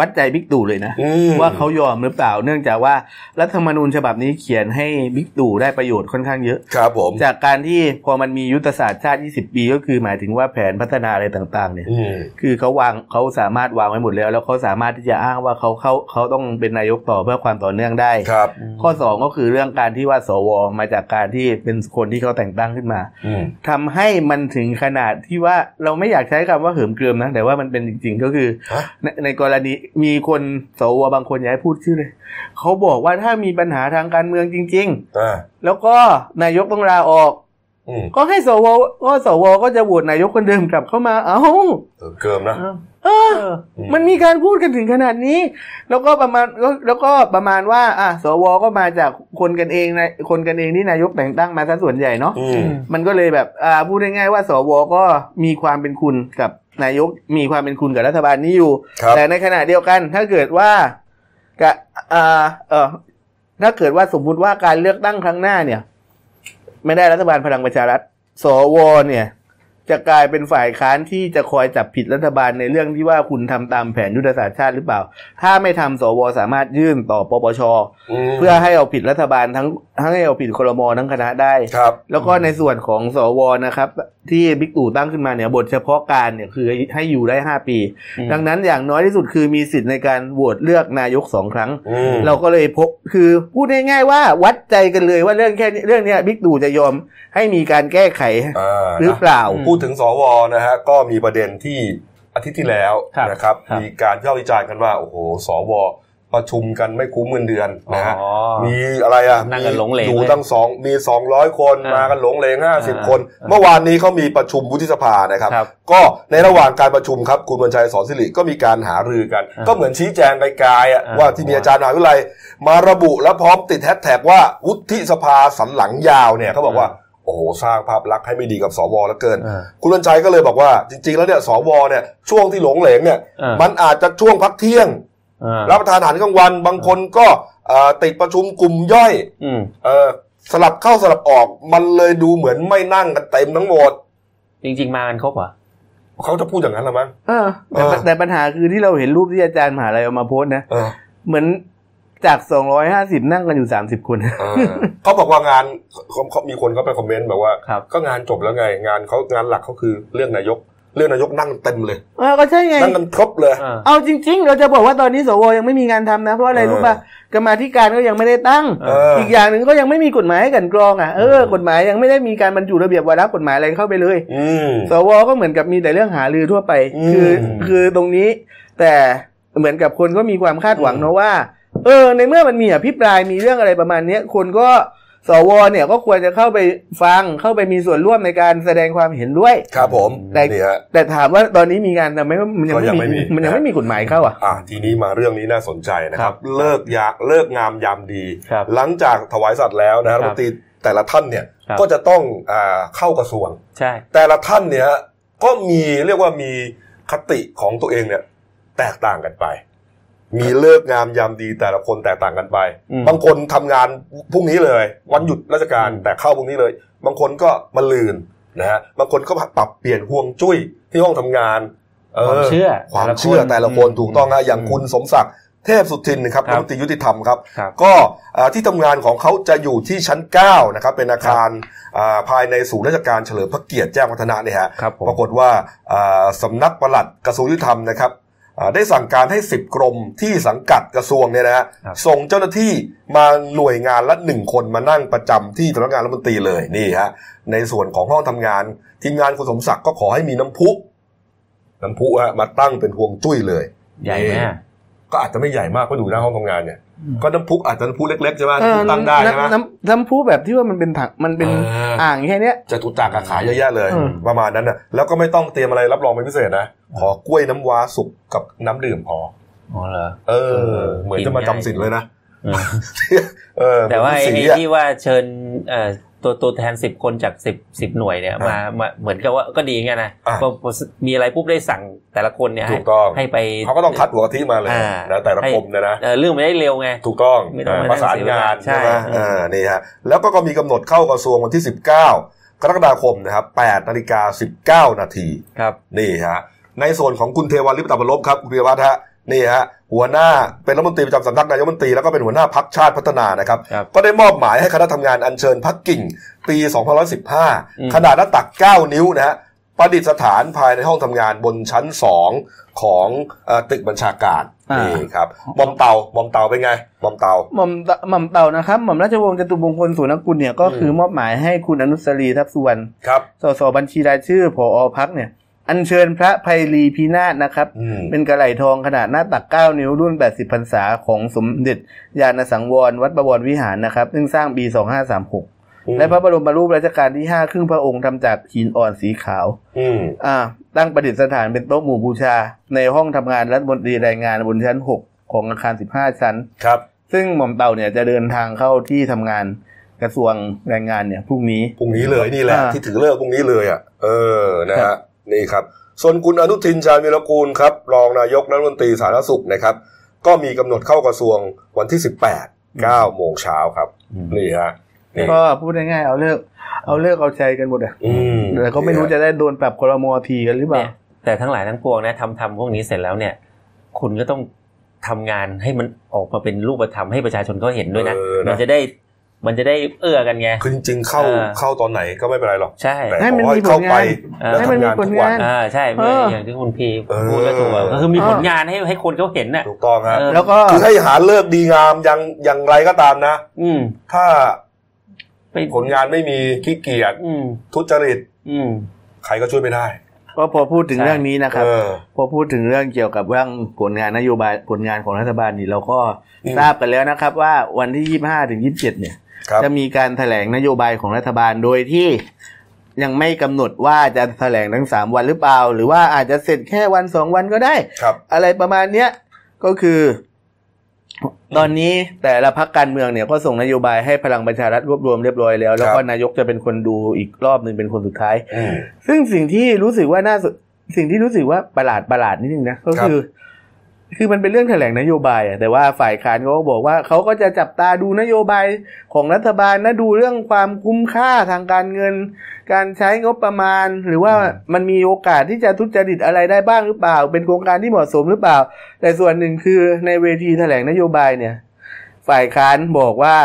วัดใจบิ๊กตู่เลยนะ
อืม
ว่าเขายอมหรือเปล่า เนื่องจากว่ารัฐธรรมนูญฉบับนี้เขียนให้บิ๊กตู่ได้ประโยชน์ค่อนข้างเยอะ
ครับผม
จากการที่พอมันมียุทธศาสตร์ชาติ 20 ปี ก็คือหมายถึงว่าแผนพัฒนาอะไรต่างๆเนี่ย
อืม
คือเขาวางเขาสามารถวางไว้หมดแล้ว แล้วเขาสามารถที่จะอ้างว่าเขาเขาเขาต้องเป็นนายกต่อเพื่อความต่อเนื่องได้
ครับ
ข้อสองก็คือเรื่องการที่ว่าสวมาจากการที่เป็นคนที่เขาแต่งตั้งขึ้นมา
อืม
ทำให้มันถึงขนาดที่ว่าเราไม่อยากใช้คำว่าเหิมเกริมนะ แต่ว่ามันเป็นจริงๆก็คือ
ฮะ
ในในกรณีมีคนสวบางคนอย้ายพูดชื่อเลยเขาบอกว่าถ้ามีปัญหาทางการเมืองจริง
อ่า
ๆ แล้วก็นายกต้องลาออก
อืม
ก็ให้สวก็สวก็จะโหวตนายกคนเดิมกลับเข้ามาเอ้า
เออเกิมนะ
เออ
อืม
มันมีการพูดกันถึงขนาดนี้ แล้วก็ประมาณแล้วแล้วก็ประมาณว่า อ่ะสวก็มาจากคนกันเองนะคนกันเองที่นายกแต่งตั้งมาซะส่วนใหญ่เนาะ
อืม
มันก็เลยแบบอ่าพูดง่ายๆว่า สวก็มีความเป็นคุณกับนายก มีความเป็นคุณกับรัฐบาลนี้อยู่
ครับ
แต่ในขณะเดียวกัน ถ้าเกิดว่ากะอ่าเออถ้าเกิดว่าสมมุติว่าการเลือกตั้งครั้งหน้าเนี่ย ไม่ได้รัฐบาลพลังประชารัฐ สวเนี่ย จะกลายเป็นฝ่ายค้านที่จะคอยจับผิดรัฐบาลในเรื่องที่ว่าคุณทำตามแผนยุทธศาสตร์ชาติหรือเปล่า ถ้าไม่ทำสวสามารถยื่นต่อปปช
ม
เพื่อให้เอาผิดรัฐบาลทั้งทั้งให้เอาผิดครมทั้งคณะได้
ครับ
แล้วก็ในส่วนของสวนะครับ ที่บิ๊กตู่ตั้งขึ้นมาเนี่ยบทเฉพาะการเนี่ยคือให้อยู่ได้ 5 ปี
อืม
ดังนั้นอย่างน้อยที่สุดคือมีสิทธิ์ในการโหวตเลือกนายกสองครั้ง
อืม
เราก็เลยพบคือพูดง่ายๆว่าวัดใจกันเลยว่าเรื่องแค่นี้เรื่องเนี้ยบิ๊กตู่จะยอมให้มีการแก้ไข
อ่า
หรือ
นะ
เปล่า
พูดถึงสวนะฮะก็มีประเด็นที่อาทิตย์ที่แล้ว
ครับ
นะครับ
ครับ
มีการวิพากษ์วิจารณ์กันว่า โอ้โหสวประชุมกันไม่คุ้มเงินเดือน
อ๋อ
นะฮะมีอะไรอ่ะ
นั่งกันหลงเหลง
อยู่
เลย
ตั้งสองมีสองร้อยคน
อ่าม
มากันหลงเหลงห้าสิบ
อ่า
คน เมื่อวานนี้เขามีประชุมวุฒิสภานะครับ
ครับ
ก็ในระหว่างการประชุมครับคุณบรรชัยสอนสิริก็มีการหารือกัน
อ่า
ก็เหมือนชี้แจงไกลๆอ่ะ
อ่า
ว่าที่มีอาจารย์มหาวิทยาลัยมาระบุและพร้อมติดแฮชแท็กว่าวุฒิสภาสันหลังยาวเนี่ยเขาบอกว่า โอ้โหสร้างภาพลักษณ์ให้ไม่ดีกับสวแล้วเกิน
เออ
คุณวันชัยก็เลยบอกว่า จริง ๆ แล้วเนี่ยสวเนี่ยช่วงที่หลงเหลงเนี่ย
เออ
มันอาจจะช่วงพักเที่ยง
เออ
รับประทานอาหารกลางวันบางคนก็ อ่าติดประชุมกลุ่มย่อย
อืม
เออสลับเข้าสลับออกมันเลยดูเหมือนไม่นั่งกันเต็มทั้งหมด
จริง ๆ มากันครบเหรอ
เขาจะพูดอย่างนั้นหรือมั้ง
เออแต่ปะ
เออ
แต่ปัญหาคือที่เราเห็นรูปที่อาจารย์มหาลัยเอามาโพสต์นะ
เออ
เหมือนจาก 250 นั่งกันอยู่ 30 คน
เอ
[laughs]
อเขาบอกว่างานเขาเขามีคนเขาไปคอมเมนต์แบบว่า
ครับ
ก็งานจบแล้วไงงานเขางานหลักเขาคือเรื่องนายก เรื่องนายกนั่งเต็มเลย
เออก็ใช่ไง
นั่งกันครบเลย
เออ
เอาจริง ๆ เราจะบอกว่าตอนนี้สวยังไม่มีงานทำนะ เพราะอะไร
เออ
รู้ป่ะกรรมาธิการก็ยังไม่ได้ตั้ง
เออ
อีกอย่างหนึ่งก็ยังไม่มีกฎหมายให้กลันกรองอ่ะเออ
เออ
กฎหมายยังไม่ได้มีการบรรจุระเบียบวาระกฎหมายอะไรเข้าไปเลย
อืม
สวก็เหมือนกับมีแต่เรื่องหาลือทั่วไป
อืม
คือคือตรงนี้ แต่เหมือนกับคนก็มีความคาดหวัง
อืม
เนอะว่า เออ ในเมื่อมันมีอภิปรายมีเรื่องอะไรประมาณเนี้ยคนก็สวเนี่ยก็ควรจะเข้าไปฟังเข้าไปมีส่วนร่วมในการแสดงความเห็นด้วย
ครับผม
แต่
นี่ฮะ
แต่ถามว่าตอนนี้มีงานแต่ไหม่มันยัง
ก็ยังไม่
ไม่
มี
มีมันยังไม่มีกฎหมายเข้าอ่ะ
อ่าทีนี้มาเรื่องนี้น่าสนใจนะค
ครั
รับ
บ
เลิกยาเลิกงามยามดี
ครับ
หลังจากถวายสัตว์แล้วนะ
ครั
รับ ฐมนตรีแต่ละท่านเนี่ย
ครับ
ก็จะต้องอ่าเข้ากระทรวง
ใช่
แต่ละท่านเนี่ยก็มีเรียกว่ามีคติของตัวเองเนี่ย แตกต่างกันไป มีเลิกงามยามดีแต่ละคนแตกต่างกันไป
อืม
บางคนทำงานพรุ่งนี้เลย วันหยุดราชการ
อืม
แต่เข้าพรุ่งนี้เลย บางคนก็มาลืนนะฮะบางคนก็ปรับเปลี่ยนห่วงจุ้ยที่ห้องทำงาน เอ
ความเชื่อ
ความเชื่อแต่ละคนถูกต้องฮะอย่างคุณสมศักดิ์เทพสุทินนะครับ
ค
รั
รั
ฐ
บ
มนตรียุติธรรมครับ
ครับ
ก็เอ่อที่ทำงานของเขาจะอยู่ที่ชั้น 9 นะครับ เป็นอาคารอ่าภายในศูนย์ราชการเฉลิมพระเกียรติแจ้งวัฒนะเนี่ยฮะ
ครับผม
ปรากฏว่าอ่าสำนักปลัดกระทรวงยุติธรรมนะครับอ่าได้สั่งการให้ 10 กรมที่สังกัดกระทรวงเนี่ยนะฮะ
ครับ
ส่งเจ้าหน้าที่มาหน่วยงานละหนึ่งคนมานั่งประจำที่สำนักงานรัฐมนตรีเลยนี่ฮะในส่วนของห้องทำงาน ทีมงานคุณสมศักดิ์ก็ขอให้มีน้ำพุน้ำพุฮะมาตั้งเป็นพวงจุ้ยเลย
ใหญ่ไหมอะ
ก็อาจจะไม่ใหญ่มากเพราะดูหน้าห้องทำงานเนี่ย
อืม
ก็น้ำพุอาจจะน้ำพุเล็กๆใช่ไหม
เออ
ตั้งได้ใช่ไหม
น้ำน้ำน้ำพุแบบที่ว่ามันเป็นถังมันเป็นอ่างแค่เนี้ย
จะตุจักรกับขายเยอะแยะเลย
เออ
ประมาณนั้นน่ะแล้วก็ไม่ต้องเตรียมอะไรรับรองเป็นพิเศษนะ ขอกล้วยน้ำว้าสุกกับน้ำดื่มพอ
อ๋อเหรอ
เออ
เออ
เหมือนจะมาจำสินเลยนะ
เออ
เออ
แต่ว่าไอ้
เหมือน
ไอ้
สีอะ
ที่ว่าเชิญเอ่อตัวตัวแทนสิบคนจากสิบสิบหน่วยเนี่ย
อ่ะ
มามาเหมือนกับว่าก็ดีไงนะ
อ่ะ
พอพอมีอะไรปุ๊บได้สั่งแต่ละคนเนี่ยให้
ถูกต้อง
ให้ไป
เขาก็ต้องคัดหัวกะทิมาเลย
อ่า
นะแต่ละ
ให้
ปมเนี่ยนะ
เอ่อเรื่องมันได้เร็วไง
ถูกต้อง
ไม่ต้องมา
ประสานงาน
ใช่
ใช่ไหม
ใช่
เออนี่ฮะแล้วก็ก็มีกำหนดเข้ากระทรวงวันที่ 19 กรกฎาคมนะครับ8นาฬิกา19 นาที
ครับ
นี่ฮะในส่วนของคุณเทวันลิปตาบรลบครับคุณเทวันฮะนี่ฮะหัวหน้าเป็นรัฐมนตรีประจำสำนักนายกรัฐมนตรีแล้วก็เป็นหัวหน้าพักชาติพัฒนานะครับ
ครับ
ก็ได้มอบหมายให้คณะทำงานอัญเชิญพักกิ่ง ปี
อืม
2515 ขนาดหน้าตัก 9 นิ้วนะฮะประดิษฐานภายในห้องทำงานบนชั้น 2 ของเอ่อตึกบัญชาการ
อ่านี่
นี่ครับบอมเตาบอมเตาเป็นไงบอมเตา
หม่อมเตหม่อมเต่านะครับหม่อมราชวงศ์จตุมงคลสุนกุลเนี่ยก็
อืม
คือมอบหมายให้คุณอนุสรีทัพสุวรรณ
ครับ
สสบัญชีรายชื่อผอพักเนี่ย อัญเชิญพระไพลีพินาศนะครับ
อืม
เป็นกระไหล่ทองขนาดหน้าตัก 9 นิ้วรุ่น 80พรรษาของสมเด็จญาณสังวร วัดบวรวิหารนะครับซึ่งสร้างปี 2536 และพระบรมรูปรัชกาลที่ 5 ครึ่งพระองค์ทำจากหินอ่อนสีขาว
อืม
อ่าตั้งประดิษฐานเป็นโต๊ะหมู่บูชา ในห้องทำงานรัฐมนตรีแรายงานบนชั้น 6 ของอาคาร 15 ชั้น
ครับ
ซึ่งหม่อมเต่าเนี่ยจะเดินทางเข้าที่ทำงานกระทรวงแรงงานเนี่ยพรุ่งนี้
พรุ่งนี้เลยนี่แหละ
อ่า
ที่ถือเลิกษ์พรุ่งนี้เลยอ่ะเออนะฮะนี่ครับ ส่วนคุณอนุทินชาญวิรกูลครับรองนายกรัฐมนตรีสาธารณสุขนะครับ ก็มีกำหนดเข้ากระทรวงวันที่ 18 9โมงเช้าครับ
อืม
นี่ฮะนี่
ก็พูดง่ายๆเอาเลิกเอาเลิกเอาใจกันหมดอ่ะ
อืม
แต่ก็ไม่รู้จะได้โดนปรับครมอทีกันหรือเปล่า
เนี่ยแต่ทั้งหลายทั้งปวงนะทำทำพวกนี้เสร็จแล้วเนี่ย คุณก็ต้องทำงานให้มันออกมาเป็นรูปธรรมให้ประชาชนเขาเห็นด้วยนะ
เออ
มันจะได้มันจะได้เอื้อกันไง
คือจริงๆเข้า
เออ
เข้าตอนไหนก็ไม่เป็นไรหรอก
ใช่
แต่
ให้มัน
ขอ
มีผล
เข้า
งาน
ไป
เออ
แล้วทำงานทุกวัน
ให้มันมีผลงน
อ่าใช่
เออ
อ
อ
ย่างที่คุณพี
เออ
พูดก็ถูกอะก็คือมีผลงานให้ให้คนเขาเห็นน่ะ
ถูกต้องฮะ
เออ
แล้วก็
คือให้หาเลิกษ์ดีงามอย่างอย่างไรก็ตามนะ
อืม
ถ้า
ไป
ผลงานไม่มีขี้เกียจ
อืม
ทุจริต
อืม
ใครก็ช่วยไม่ได้
ก็พอพูดถึง
ใช่
เรื่องนี้นะครับ
เออ
พอพูดถึงเรื่องเกี่ยวกับเรื่องผลงานนโยบายผลงานของรัฐบาลนี่เราก็
อืม
ทราบกันแล้วนะครับ ว่าวันที่ 25ถึง27เนี่ย
ครับ
จะมีการแถลงนโยบายของรัฐบาลโดยที่ยังไม่กำหนดว่าจะแถลงทั้งสามวันหรือเปล่า หรือว่าอาจจะเสร็จแค่วันสองวันก็ได้
ครับ
อะไรประมาณเนี้ยก็คือ ตอนนี้แต่ละพักการเมืองเนี่ยก็ส่งนโยบายให้พลังประชารัฐรวบรวมเรียบร้อยแล้ว แล้วก็
ครับ
นายกจะเป็นคนดูอีกรอบหนึ่งเป็นคนสุดท้าย
อืม
ซึ่งสิ่งที่รู้สึกว่าน่าสสิ่งที่รู้สึกว่าประหลาดประหลาดนิดนึงนะก็
ครับ
คือ คือมันเป็นเรื่องแถลงนโยบายอะแต่ว่าฝ่ายค้านเขาก็บอกว่าเขาก็จะจับตาดูนโยบายของรัฐบาลนะดูเรื่องความคุ้มค่าทางการเงิน การใช้งบประมาณ หรือว่า
อืม
มันมีโอกาสที่จะทุจริตอะไรได้บ้างหรือเปล่า เป็นโครงการที่เหมาะสมหรือเปล่า แต่ส่วนหนึ่งคือในเวทีแถลงนโยบายเนี่ย ฝ่ายค้านบอกว่า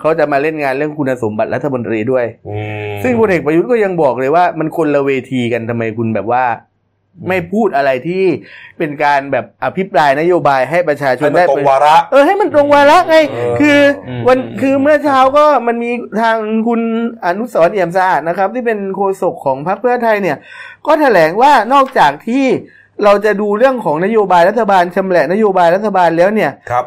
เขาจะมาเล่นงานเรื่องคุณสมบัติรัฐมนตรีด้วย
อืม
ซึ่งพลเอกประยุทธ์ก็ยังบอกเลยว่ามันคนละเวทีกันทำไมคุณแบบว่า ไม่พูดอะไรที่เป็นการแบบอภิปรายนโยบายให้ประชาช
ให้
น
มัน
ได้
ตรง
ไป
วาระ
เออให้มันตรงวาระไง
เออ
คือวัน
อืม
คือเมื่อเช้าก็มันมีทางคุณอนุสรณ์เอี่ยมสะอาดนะครับ ที่เป็นโฆษกของพรรคเพื่อไทยเนี่ย ก็แถลงว่านอกจากที่เราจะดูเรื่องของนโยบายรัฐบาลชำแหละนโยบายรัฐบาลแล้วเนี่ย
ครับ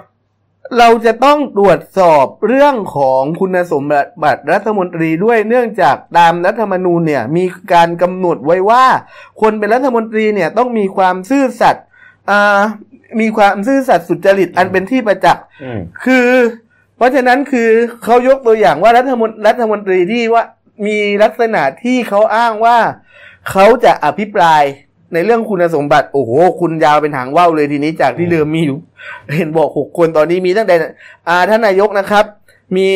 เราจะต้องตรวจสอบเรื่องของคุณสมบัติรัฐมนตรีด้วยเนื่องจากตามรัฐธรรมนูญเนี่ยมีการกำหนดไว้ว่า คนเป็นรัฐมนตรีเนี่ยต้องมีความซื่อสัตย์อ่ามีความซื่อสัตย์สุจริตอันเป็นที่ประจักษ์
อืม
คือ เพราะฉะนั้นคือเขายกตัวอย่างว่ารัฐมนรัฐมนตรีที่ว่ามีลักษณะที่เขาอ้างว่าเขาจะอภิปรายในเรื่องคุณสมบัติโอ้โหคุณยาวเป็นหางว่าวเลยทีนี้จากที่เดิมมีอยู่ เห็นบอกหกคนตอนนี้มีตั้งแต่อ่าท่านนายกนะครับ มี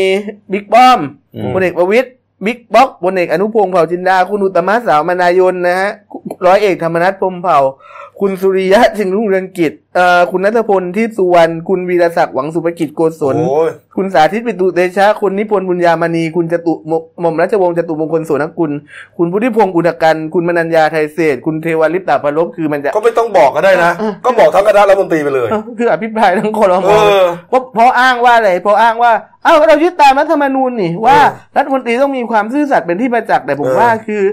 บิ๊กป้อม
อืม
พลเอกประวิตยบิ๊กบ๊อกพลเอกอนุพงศ์เผ่าจินดา คุณอุตตมะสาวมนายนนะฮะร้อยเอกธรรมนัฐพรหมเผ่า คุณสุริยะจึงรุ่งเรืองกิจเอ่อคุณนัทพลทิพย์สุวรรณคุณวีรศักดิ์หวังสุภกิจโกศล
โอ้ย
คุณสาธิตปิตุเตชะ คุณนิพนธ์บุญญามณี คุณจตุมหม่อมราชวงศ์จตุมงคลโสนกุล คุณพุทธิพงศ์อุดกัน คุณมนัญญาไทยเศรษฐ์คุณเทวาลิปตาพลบคือมันจะ
ก็ไม่ต้องบอกก็ได้นะ ก็บอกทั้งคณะรัฐมนตรีไปเลย
เออคืออภิปรายทั้งคอรม
เอ
อ
อ
เพราะเพราะอ้างว่าอะไร เพราะอ้างว่า เอ้าเรายึดตามรัฐธรรมนูญนี่ว่ารัฐมนตรีต้องมีความซื่อสัตย์เป็นที่ประจักษ์แต่ผม
เออ
ว่าคือ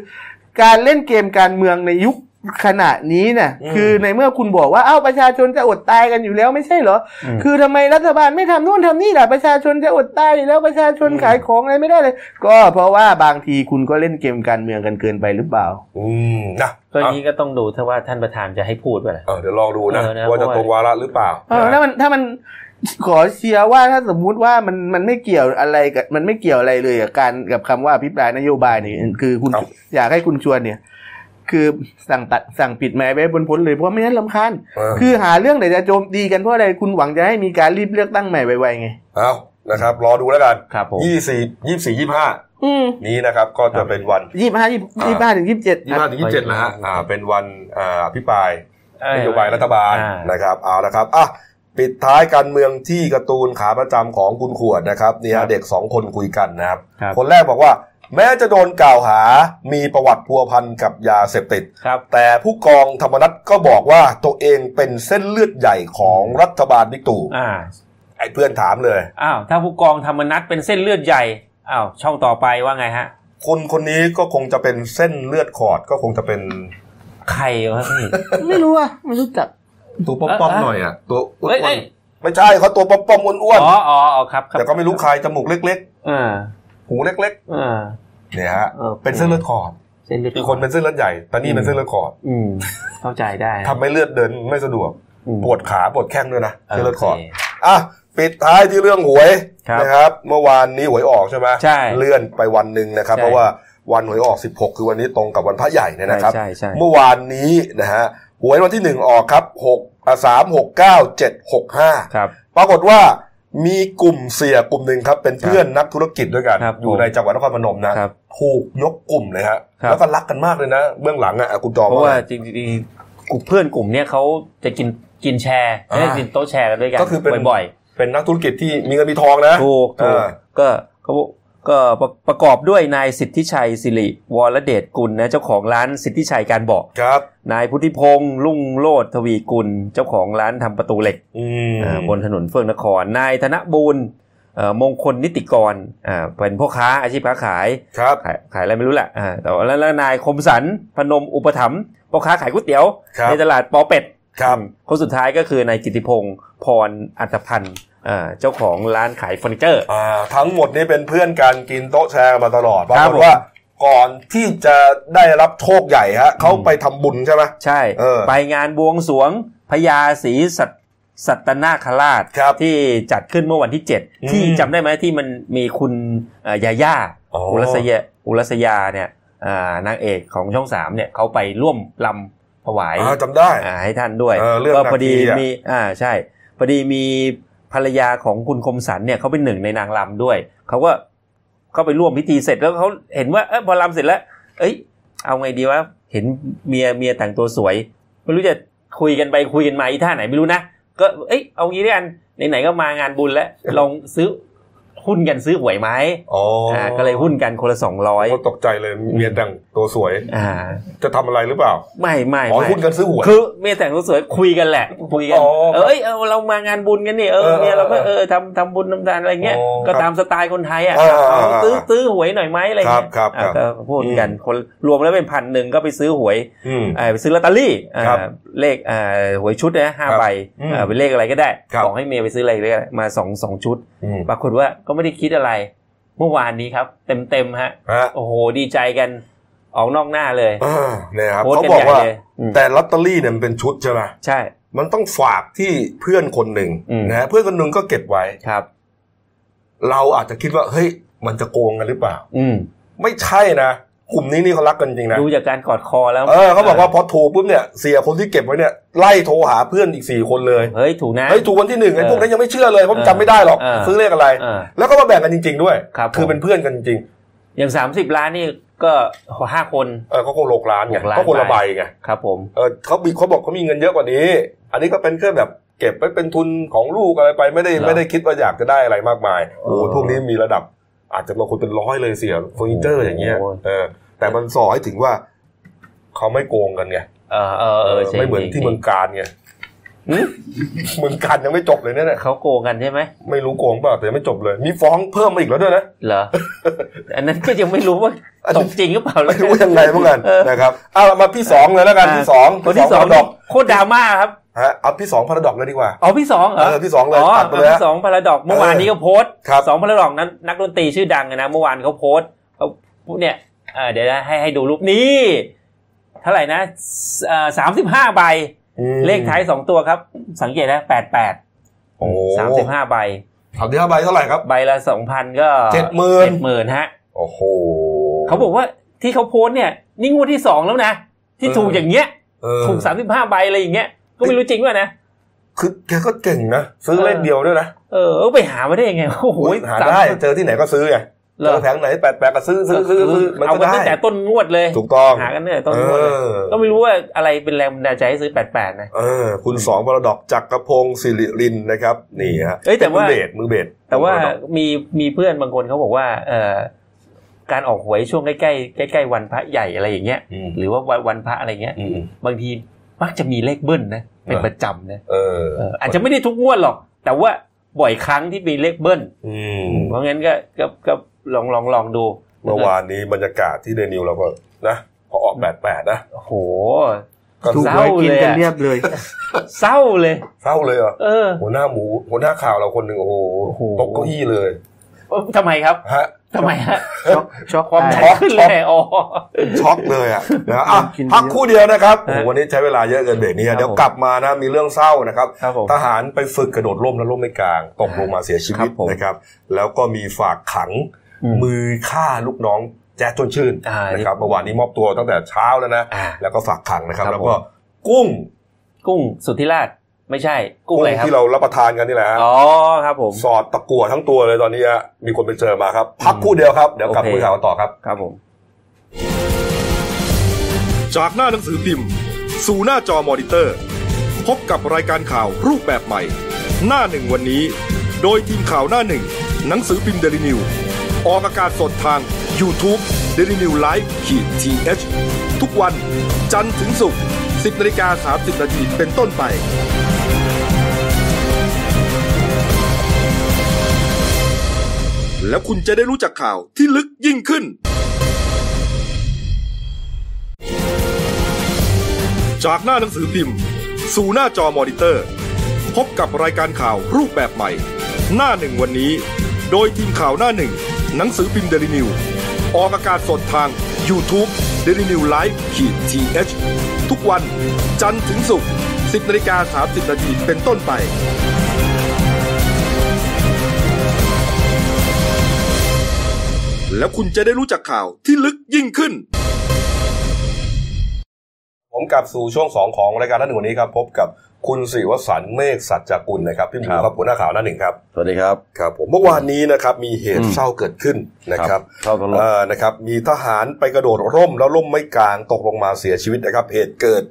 การเล่นเกมการเมืองในยุคขณะนี้น่ะ
อืม
คือในเมื่อคุณบอกว่าเอ้าประชาชนจะอดตายกันอยู่แล้วไม่ใช่เหรอ
อืม
คือทำไมรัฐบาลไม่ทำนู่นทำนี่ล่ะประชาชนจะอดตายอยู่แล้วประชาชน
อืม
ขายของอะไรไม่ได้เลย ก็เพราะว่าบางทีคุณก็เล่นเกมการเมืองกันเกินไปหรือเปล่า
อืมนะ
ก็
เอา
นี้ก็ต้องดูถ้าว่าท่านประธานจะให้พูดไปล่ะ
เออเดี๋ยวลองดูนะ
เออนะ
ว่าจะตรงวาระหรือเปล่า
เออถ้ามันถ้ามัน [laughs] ขอเชียร์ว่าถ้าสมมุติว่ามันมันไม่เกี่ยวอะไรกับมันไม่เกี่ยวอะไรเลยกับการกับคำว่าอภิปรายนโยบายนี่คือคุณอยากให้คุณชวนเนี่ย คือสั่งตัดสั่งปิดไม้ไว้บนพ้นเลยเพราะไม่งั้นลำคาญ
เออ
คือหาเรื่องไหนจะโจมตีกันเพราะอะไรคุณหวังจะให้มีการรีบเลือกตั้งใหม่ไวๆไง
เอานะครับ รอดูแล้วกัน
ครับผม
ยี่สี่ยี่สี่ยี่ห้า
อืม
นี้นะครับ ก็จะเป็นวัน
ยี่ห้ายี่ห้าถึงยี่สิบเจ็ด
ยี่ห้าถึงยี่เจ็ดนะฮะ อ่า เป็นวันอ่าอภิปรายนโยบายรัฐบาล
อ่า
นะครับ เอาละครับ อ่ะ ปิดท้ายการเมืองที่การ์ตูนขาประจำของคุณขวดนะครับนี่
ครั
ฮะ
บ
เด็กสองคนคุยกันนะครับ
ครับ
คนแรกบอกว่า แม้จะโดนกล่าวหา มีประวัติพัวพันกับยาเสพติด
ครับ
แต่ผู้กองธรรมนัฐก็บอกว่าตัวเองเป็นเส้นเลือดใหญ่ของรัฐบาลบิ๊กตู่
อ่า
ไอ้เพื่อนถามเลย
อ้าว ถ้าผู้กองธรรมนัฐเป็นเส้นเลือดใหญ่ อ้าว ช่องต่อไปว่าไงฮะ
คนคนนี้ก็คงจะเป็นเส้นเลือดขอด ก็คงจะเป็น
ใครวะพี่
ไม่รู้อะไม่รู้จัก
ตัวป้อม
เอ
ป้อ
อ
ม
เออ
หน่อยอ่ะตัวอ้ว
เฮ้
น
ย
อ้ว
เฮ้
น
ย
ไม่ใช่เขาตัวป้อมป้อมอ้วนอ้วน
อ๋ออ๋ออ๋อครับ
ๆ
ครับ
แต่ก็ไม่รู้ใครจมูกเล็ก
เออ
ๆหูเล็ก
เออ
ๆเนี่ยฮะ
เออ
เป็นเส้นเลือดขอด
เส้นเลือด
มีคนเป็นเส้นเลือดใหญ่ตอนนี้เป็นเส้นเลือดขอด
อืม เข้าใจได้
ทำให้เลือดเดินไม่สะดวก
อืม
ปวดขาปวดแข้งด้วยนะเส้นเลือดขอด
โค
อ่ะปิดท้ายที่เรื่องหวย
ครับ
นะครับ เมื่อวานนี้หวยออกใช่ไหม
ใช่
เลื่อนไปวันหนึ่งนะครับ
ใช่
เพราะว่าวันหวยออก 16 คือวันนี้ตรงกับวันพระใหญ่เนี่ยนะครับ
ใช่ใช่
เมื่อวานนี้นะฮะหวยวันที่หนึ่งออกครับหกสามหกเก้าเจ็ดหกห้า
ครับ
ปรากฏว่ามีกลุ่มเสียกลุ่มหนึ่งครับ เป็นเพื่อนนักธุรกิจด้วยกัน
ครับ
อยู่ในจังหวัดนครพนมนะครับ ถูกยกกลุ่มเลยฮะ
ครับ
แล้วก็รักกันมากเลยนะ เบื้องหลังอ่ะอ่ะคุณจอม
เพราะ
ว่า
ว่าจริงๆกลุ่มเพื่อนกลุ่มเนี้ยเขาจะกินกินแชร์
อ่า
ได้กินโต๊ะแชร์กันด้วยกัน
ก็คือเป็น
บ่อย
เป็นนักธุรกิจที่มีเงินมีทองนะ
ๆ ถูกถูก
อ่า
ก็ก็ก็ประประกอบด้วยนายสิทธิชัยสิริวรเดชกุลนะเจ้าของร้านสิทธิชัยการบอก
ครับ
นายพุทธิพงษ์ลุ่งโลดทวีกุล เจ้าของร้านทำประตูเหล็ก
อืม
อ่าบนถนนเฟื่องนคร นายธนบูลเอ่อมงคลนิติกรอ่าเป็นพ่อค้าอาชีพค้าขาย
ครับ
ขายขายอะไรไม่รู้แหละอ่าแต่ว่าแล้วแล้วนายคมสันพนมอุปถัมภ์พ่อค้าขายก๋วยเตี๋ยว
ครับ
ในตลาดปอเป็ด
ครับ
อืมคนสุดท้ายก็คือนายกิติพงศ์พรอัตพันธ์อ่าเจ้าของร้านขายเฟอร์นิเจอร์
อ่าทั้งหมดนี้เป็นเพื่อนกันกินโต๊ะแชร์กันมาตลอดปรา
ครั
ก
บ
ฏ
ผม
ว่าก่อนที่จะได้รับโชคใหญ่ฮะเขา
อืม
ไปทำบุญใช่ไหม
ใช่
เออ
ไปงานบวงสรวงพญาศรีสัตสัตนาคราช
ครับ
ที่จัดขึ้นเมื่อวันที่
อืม
7 ที่จำได้ไหมที่มันมีคุณเอ่อยาย่า
อ๋ออุ
อุรัสยาอุรัสยาเนี่ยอ่านางเอกของช่องสามเนี่ยเขาไปร่วมลำ ถวาย
อ่าจำได้
อ่าให้ท่านด้วย
เออเรื่อง
ก็พอดี
นาคีอะ
มีอ่าใช่พอดีมีภรรยาของคุณคมสันเนี่ยเขาเป็นหนึ่งในนางรำด้วยเขาก็เข้าไปร่วมพิธีเสร็จแล้วเขาเห็นว่าเออพอรำเสร็จแล้ว เอ้ย เอาไงดีวะเห็นเมียเมียแต่งตัวสวยไม่รู้จะคุยกันไปคุยกันมาอีท่าไหนไม่รู้นะก็เอ้ยเอางี้ด้วยกันไหนๆก็มางานบุญแล้วลองซื้อหุ้นกันซื้อหวยไหม
อ๋ออ่
าก็เลยหุ้นกันคนละสองร้อย
เขาตกใจเลยเมียดังตัวสวย
อ่า
จะทำอะไรหรือเปล่า
ไม่ไม่
อ๋อ
ไม่
หุ้นกันซื้อหวย
คือเมียแต่งตัวสวยคุยกันแหละ คุยกัน
อ๋อ
เออเอ้ยเออเรามางานบุญกันนี่เอ
เอ
อ
อ
เมียเราก็
เอ
เอ
อ
อทำทำบุญทำทานอะไรเงี้ย
อ๋อ
ก็ตามสไตล์คนไทยอ่ะ
อ่า
เอา
อ่า
ซื้อซื้อหวยหน่อยไหมอะไรเงี้ย
ครับครับ
อ่ะก็พูดกันคนรวมแล้วเป็นพันหนึ่งก็ไปซื้อหวย
อืม
อ่าไปซื้อลอตเตอรี่อ่า
ครับ
เลขอ่าหวยชุดนะห้า
ครับ
ใบ
อืม
อ่าเป็นเลขอะไรก็ได้
ครับ
บอกให้เมียไปซื้ออะไรก็ได้มาสองสองชุด
อืม
ปรากฏว่าก็ไม่ได้คิดอะไร เมื่อวานนี้ครับ เต็มเต็มๆฮะ
ฮะ
โอ้โหดีใจกันออกนอกหน้าเลย
อ่าเนี่ยครับ
โพส
เขา
ต์กัน
บอ
ให
ก
ญ่
ว่า
เลยอืม
แต่ลอตเตอรี่เนี่ยมันเป็นชุดใช่ไหม
ใช่
มันต้องฝากที่เพื่อนคนหนึ่ง
อืม
นะฮะเพื่อนคนหนึ่งก็เก็บไว้
ครับ
เราอาจจะคิดว่าเฮ้ยมันจะโกงกันหรือเปล่า
อืม
ไม่ใช่นะกลุ่มนี้นี่เขารักกันจริงนะ
ดูจากการกอดคอแล้ว
เออเขาบอกว่าพอถูกปุ๊บเนี่ยเสียคนที่เก็บไว้เนี่ยไล่โทรหาเพื่อนอีกสี่คนเลย
เฮ้ยถูกนะ
เฮ้ยถูกวันที่หนึ่งไอ้
เออ
พวกนั้นยังไม่เชื่อเลยเพราะมัน
เออ
จำไม่ได้หรอก
เออ
ซื้อเลขอะไร
เออ
แล้วก็มาแบ่งกันจริง ๆ ด้วย
ครับผม
อเป็นเพื่อนกันจริง
อย่างสามสิบล้านนี่ก็ห้าคน
ๆเออเขาคงหลกล้านไง
หกล้าน
เขาคนละใบไง
ครับผม
เออเขามีเขาบอกเขามีเงินเยอะกว่านี้ อันนี้ก็เป็นแค่แบบเก็บไว้เป็นทุนของลูกอะไรไปไม่ได้
เหรอ
ไม่ได้คิดว่าอยากจะได้อะไรมากมายโอ้โห
เออ
พวกนี้มีระดับ อาจจะบางคนเป็นร้อยเลยเสียเฟอร์นิเจอร์อย่างเงี้ย
โอ้โห
เออแต่มันสอให้ถึงว่าเขาไม่โกงกันไง
เออเออเออใช่
ไม่เหมือนที่เมืองการไง
หึ
เมืองการยังไม่จบเลยเนี่ยนะ
เขาโกงกันใช่ไหม
ไม่รู้โกงเปล่าแต่ยังไม่จบเลย มีฟ้องเพิ่มมาอีกแล้วด้วยนะ
เหร
[laughs]
อ อันนั้นก็ยังไม่รู้ว่า
อัน
ต
นั้น
กจริงหรือเปล่า
ไม่รู้ว่ายังไงเหมือนกัน
เออ
นะครับเอามาพี่สองเลยแล้วกันพี่สอง
คนที่สอง
พาราด
นี่
อก
โคตรดราม่าครับ
ฮะเอาพี่สองพาราดอกเลยดีกว่า
อ๋อพี่สองเหรอ
เออพี่สองเลย
อ๋อ
ตัดไปเลยฮะ
พี่สองพาราดอกเมื่อวานนี้ก็โพสต์
ครับ
สองพาราดอกนั้นนักดนตรีชื่อดังนะเมื่อวานเขาโพสต์เขาเนี่ยเอ่อเดี๋ยวนะให้ให้ดูรูปนี้เท่าไหร่นะสามสิบห้าใบ
อืม
เลขท้ายสองตัวครับ สังเกตนะแปดแปด
โอ้
สามสิบห้าใบ
สามสิบห้าใบเท่าไหร่ครับ
ใบละสองพันก็
เจ็ดหมื่น
เจ็ดหมื่นฮะ
โอ้โห
เขาบอกว่าที่เขาโพสต์เนี่ย นี่งวดที่สองแล้วนะ ที่
เออ
ถูกอย่างเงี้ย
เออ
ถูกสามสิบห้าใบอะไรอย่างเงี้ย ก็ไม่รู้จริงว่านะ
คือแกก็เก่งนะซื้อ
เออ
เลขเดียวด้วยนะ
เออเออไปหามาได้ยังไงโอ้โห
หาได้เจอที่ไหนก็ซื้อไง
เห
เจ
รอ
อแผงไหนแปลกๆก็ซื้อซื้อซื้อซื้อมัน
เอา
ก็
กัน
ได้
ตั้งแต่ต้นงวดเลย
ถูกต้อง
หากันตั้งแต่ต้น
เอง
วดเลย
อ
ก็ไม่รู้ว่าอะไรเป็นแรงบันดาลใจให้ซื้อแปดแปดนะ
เออคุณสองพระดอกจักรพงศ์สิริรินนะครับ นี่ฮะ
เอ้ยแต่ว่า
มือเบสมือเบส
แต่ว่า
ของพระดอก
มีมีเพื่อนบางคนเขาบอกว่าเออการออกหวยช่วงใกล้ใกล้ๆใกล้ๆวันพระใหญ่อะไรอย่างเงี้ย
อืม
หรือว่าวันวันพระอะไรเงี้ย
อืม
บางทีมักจะมีเลขเบิ้ลนะเป็น
เออ
ประจำนะ
เออ
เอออาจจะไม่ได้ทุกงวดหรอก แต่ว่าบ่อยครั้งที่มีเลขเบิ้ล
อืม
เพราะงั้นก็ก็ก็ลองลองลองดู
เมื่อวานนี้บรรยากาศที่เดนิวเราก็นะพอออกแปดแปดนะ
โอ้โห
ก็
ถูก
เศร้า
ไว้กิน
เลยอะ
กันเรียบเลย
เศร้าเลย
เศร้าเลยเหรอ
เออ
หัวหน้าหมูหัวหน้าข่าวเราคนหนึ่งโอ้โห
โอ้โห
ตกเก้าอี้เลย
เอ้าทำไมครับ
ฮะ
ทำไมฮะ
ช็อกช็อก
ความ
ตาย
ดันขึ้นเล
ช็อ
ย
ก
อ๋อ
ช็อกเลยอ่ะนะอ่ะ
กินเยอะ
พักครู่เดียวนะครับ
ฮะ
โอ้โหวันนี้ใช้เวลาเยอะเกินเบรกนี้
ครั
อะ
บ
เดี๋ยวกลับมานะมีเรื่องเศร้านะครับ
ครับผม
ทหารไปฝึกกระโดดร่มแล้วร่มไม่กลาง ตกลงมาเสียชี
ครั
วิต
บผม
นะครับ แล้วก็มีฝากขัง
อืม
มือฆ่าลูกน้องแจ๊ดชวนชื่น
อ่านี่
นะครับเมื่อวานนี้มอบตัวตั้งแต่เช้าแล้วนะ
อ่า
แล้วก็ฝากขังนะครับ
ครับ
แล้วก็กุ้ง
กุ้งสุทธิราชไม่ใช่ กุ้ง
กุ้
อะไร
ง
ครับ
ที่เรารับประทานกันนี่แหละฮะ
อ๋อครับผม
สอดตะกั่วทั้งตัวเลยตอนนี้ฮะมีคนไปเจอมาครับ พักครู่เดียวครับ เดี๋ยวกลับ
โอเค
คุยข่าวกันต่อครับ
ครับผม
จากหน้าหนังสือพิมพ์ สู่หน้าจอมอนิเตอร์ พบกับรายการข่าวรูปแบบใหม่ หน้าหนึ่งวันนี้ โดยทีมข่าวหน้าหนึ่ง หนังสือพิมพ์เดลิวิวออกอากาศสดทาง YouTube d e l i n e w l i v e ขีดทีเทุกวันจันทร์ถึงศุกร์10นาฬิกา30นาทีเป็นต้นไป แล้วคุณจะได้รู้จักข่าวที่ลึกยิ่งขึ้น จากหน้าหนังสือพิมพ์ สู่หน้าจอมอนิเตอร์ พบกับรายการข่าวรูปแบบใหม่ หน้าหนึ่งวันนี้ โดยทีมข่าวหน้าหนึ่ง หนังสือพิมพ์เดลิวิวออกอากาศสดทาง YouTube d e l i n e w l i v e ขีดทีเทุกวันจันทร์ถึงศุกร์10นาฬิกา30นาทีเป็นต้นไป แล้วคุณจะได้รู้จักข่าวที่ลึกยิ่งขึ้น ผมกลับสู่ช่วงสองของรายการหน้าหนึ่งวันนี้ครับ พบกับคุณศิวสันต์เมฆสัจจกุลนะครับพี่หมู
ครับ
ครับหัวหน้าข่าวหน้าหนึ่งครับ
สวัสดีครับ
ครับผมเมื่อวานนี้นะครับมีเหตุ
อืม
เศร้าเกิดขึ้นนะครับ
เข้าตลอด
เอ่อนะครับมีทหารไปกระโดดร่มแล้วร่มไม่กลางตกลงมาเสียชีวิตนะครับ เหตุเกิด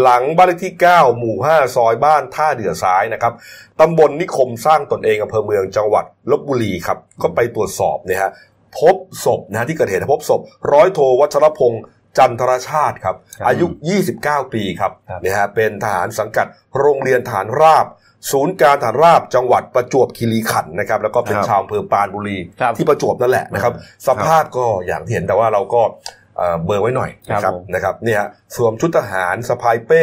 หลังบ้านเลขที่ 9 หมู่ 5 ซอยบ้านท่าเดือซ้ายนะครับตำบลนิคมสร้างตนเองอำเภอเมืองจังหวัดลบบุรีครับ ก็ไปตรวจสอบเนี่ยฮะพบศพนะฮะที่เกิดเหตุพบศพ ร้อยโทวัชรพงศ์จันทรชาติครับ
ครับ
อายุ 29 ปีครับ
ครับ
เนี่ยฮะเป็นทหารสังกัดโรงเรียนฐานราบ ศูนย์การฐานราบจังหวัดประจวบคีรีขันธ์นะครับแล้วก็เป็นชาวอำเภอปรานบุรี
ครับ
ที่ประจวบนั่นแหละนะครับ สภาพก็อย่างที่เห็นแต่ว่าเราก็เอ่อเบลอร์ไว้หน่อยนะค
ค
รั
รั
บบ
ผม
นะครับเนี่ยฮะสวมชุดทหารสะพายเป้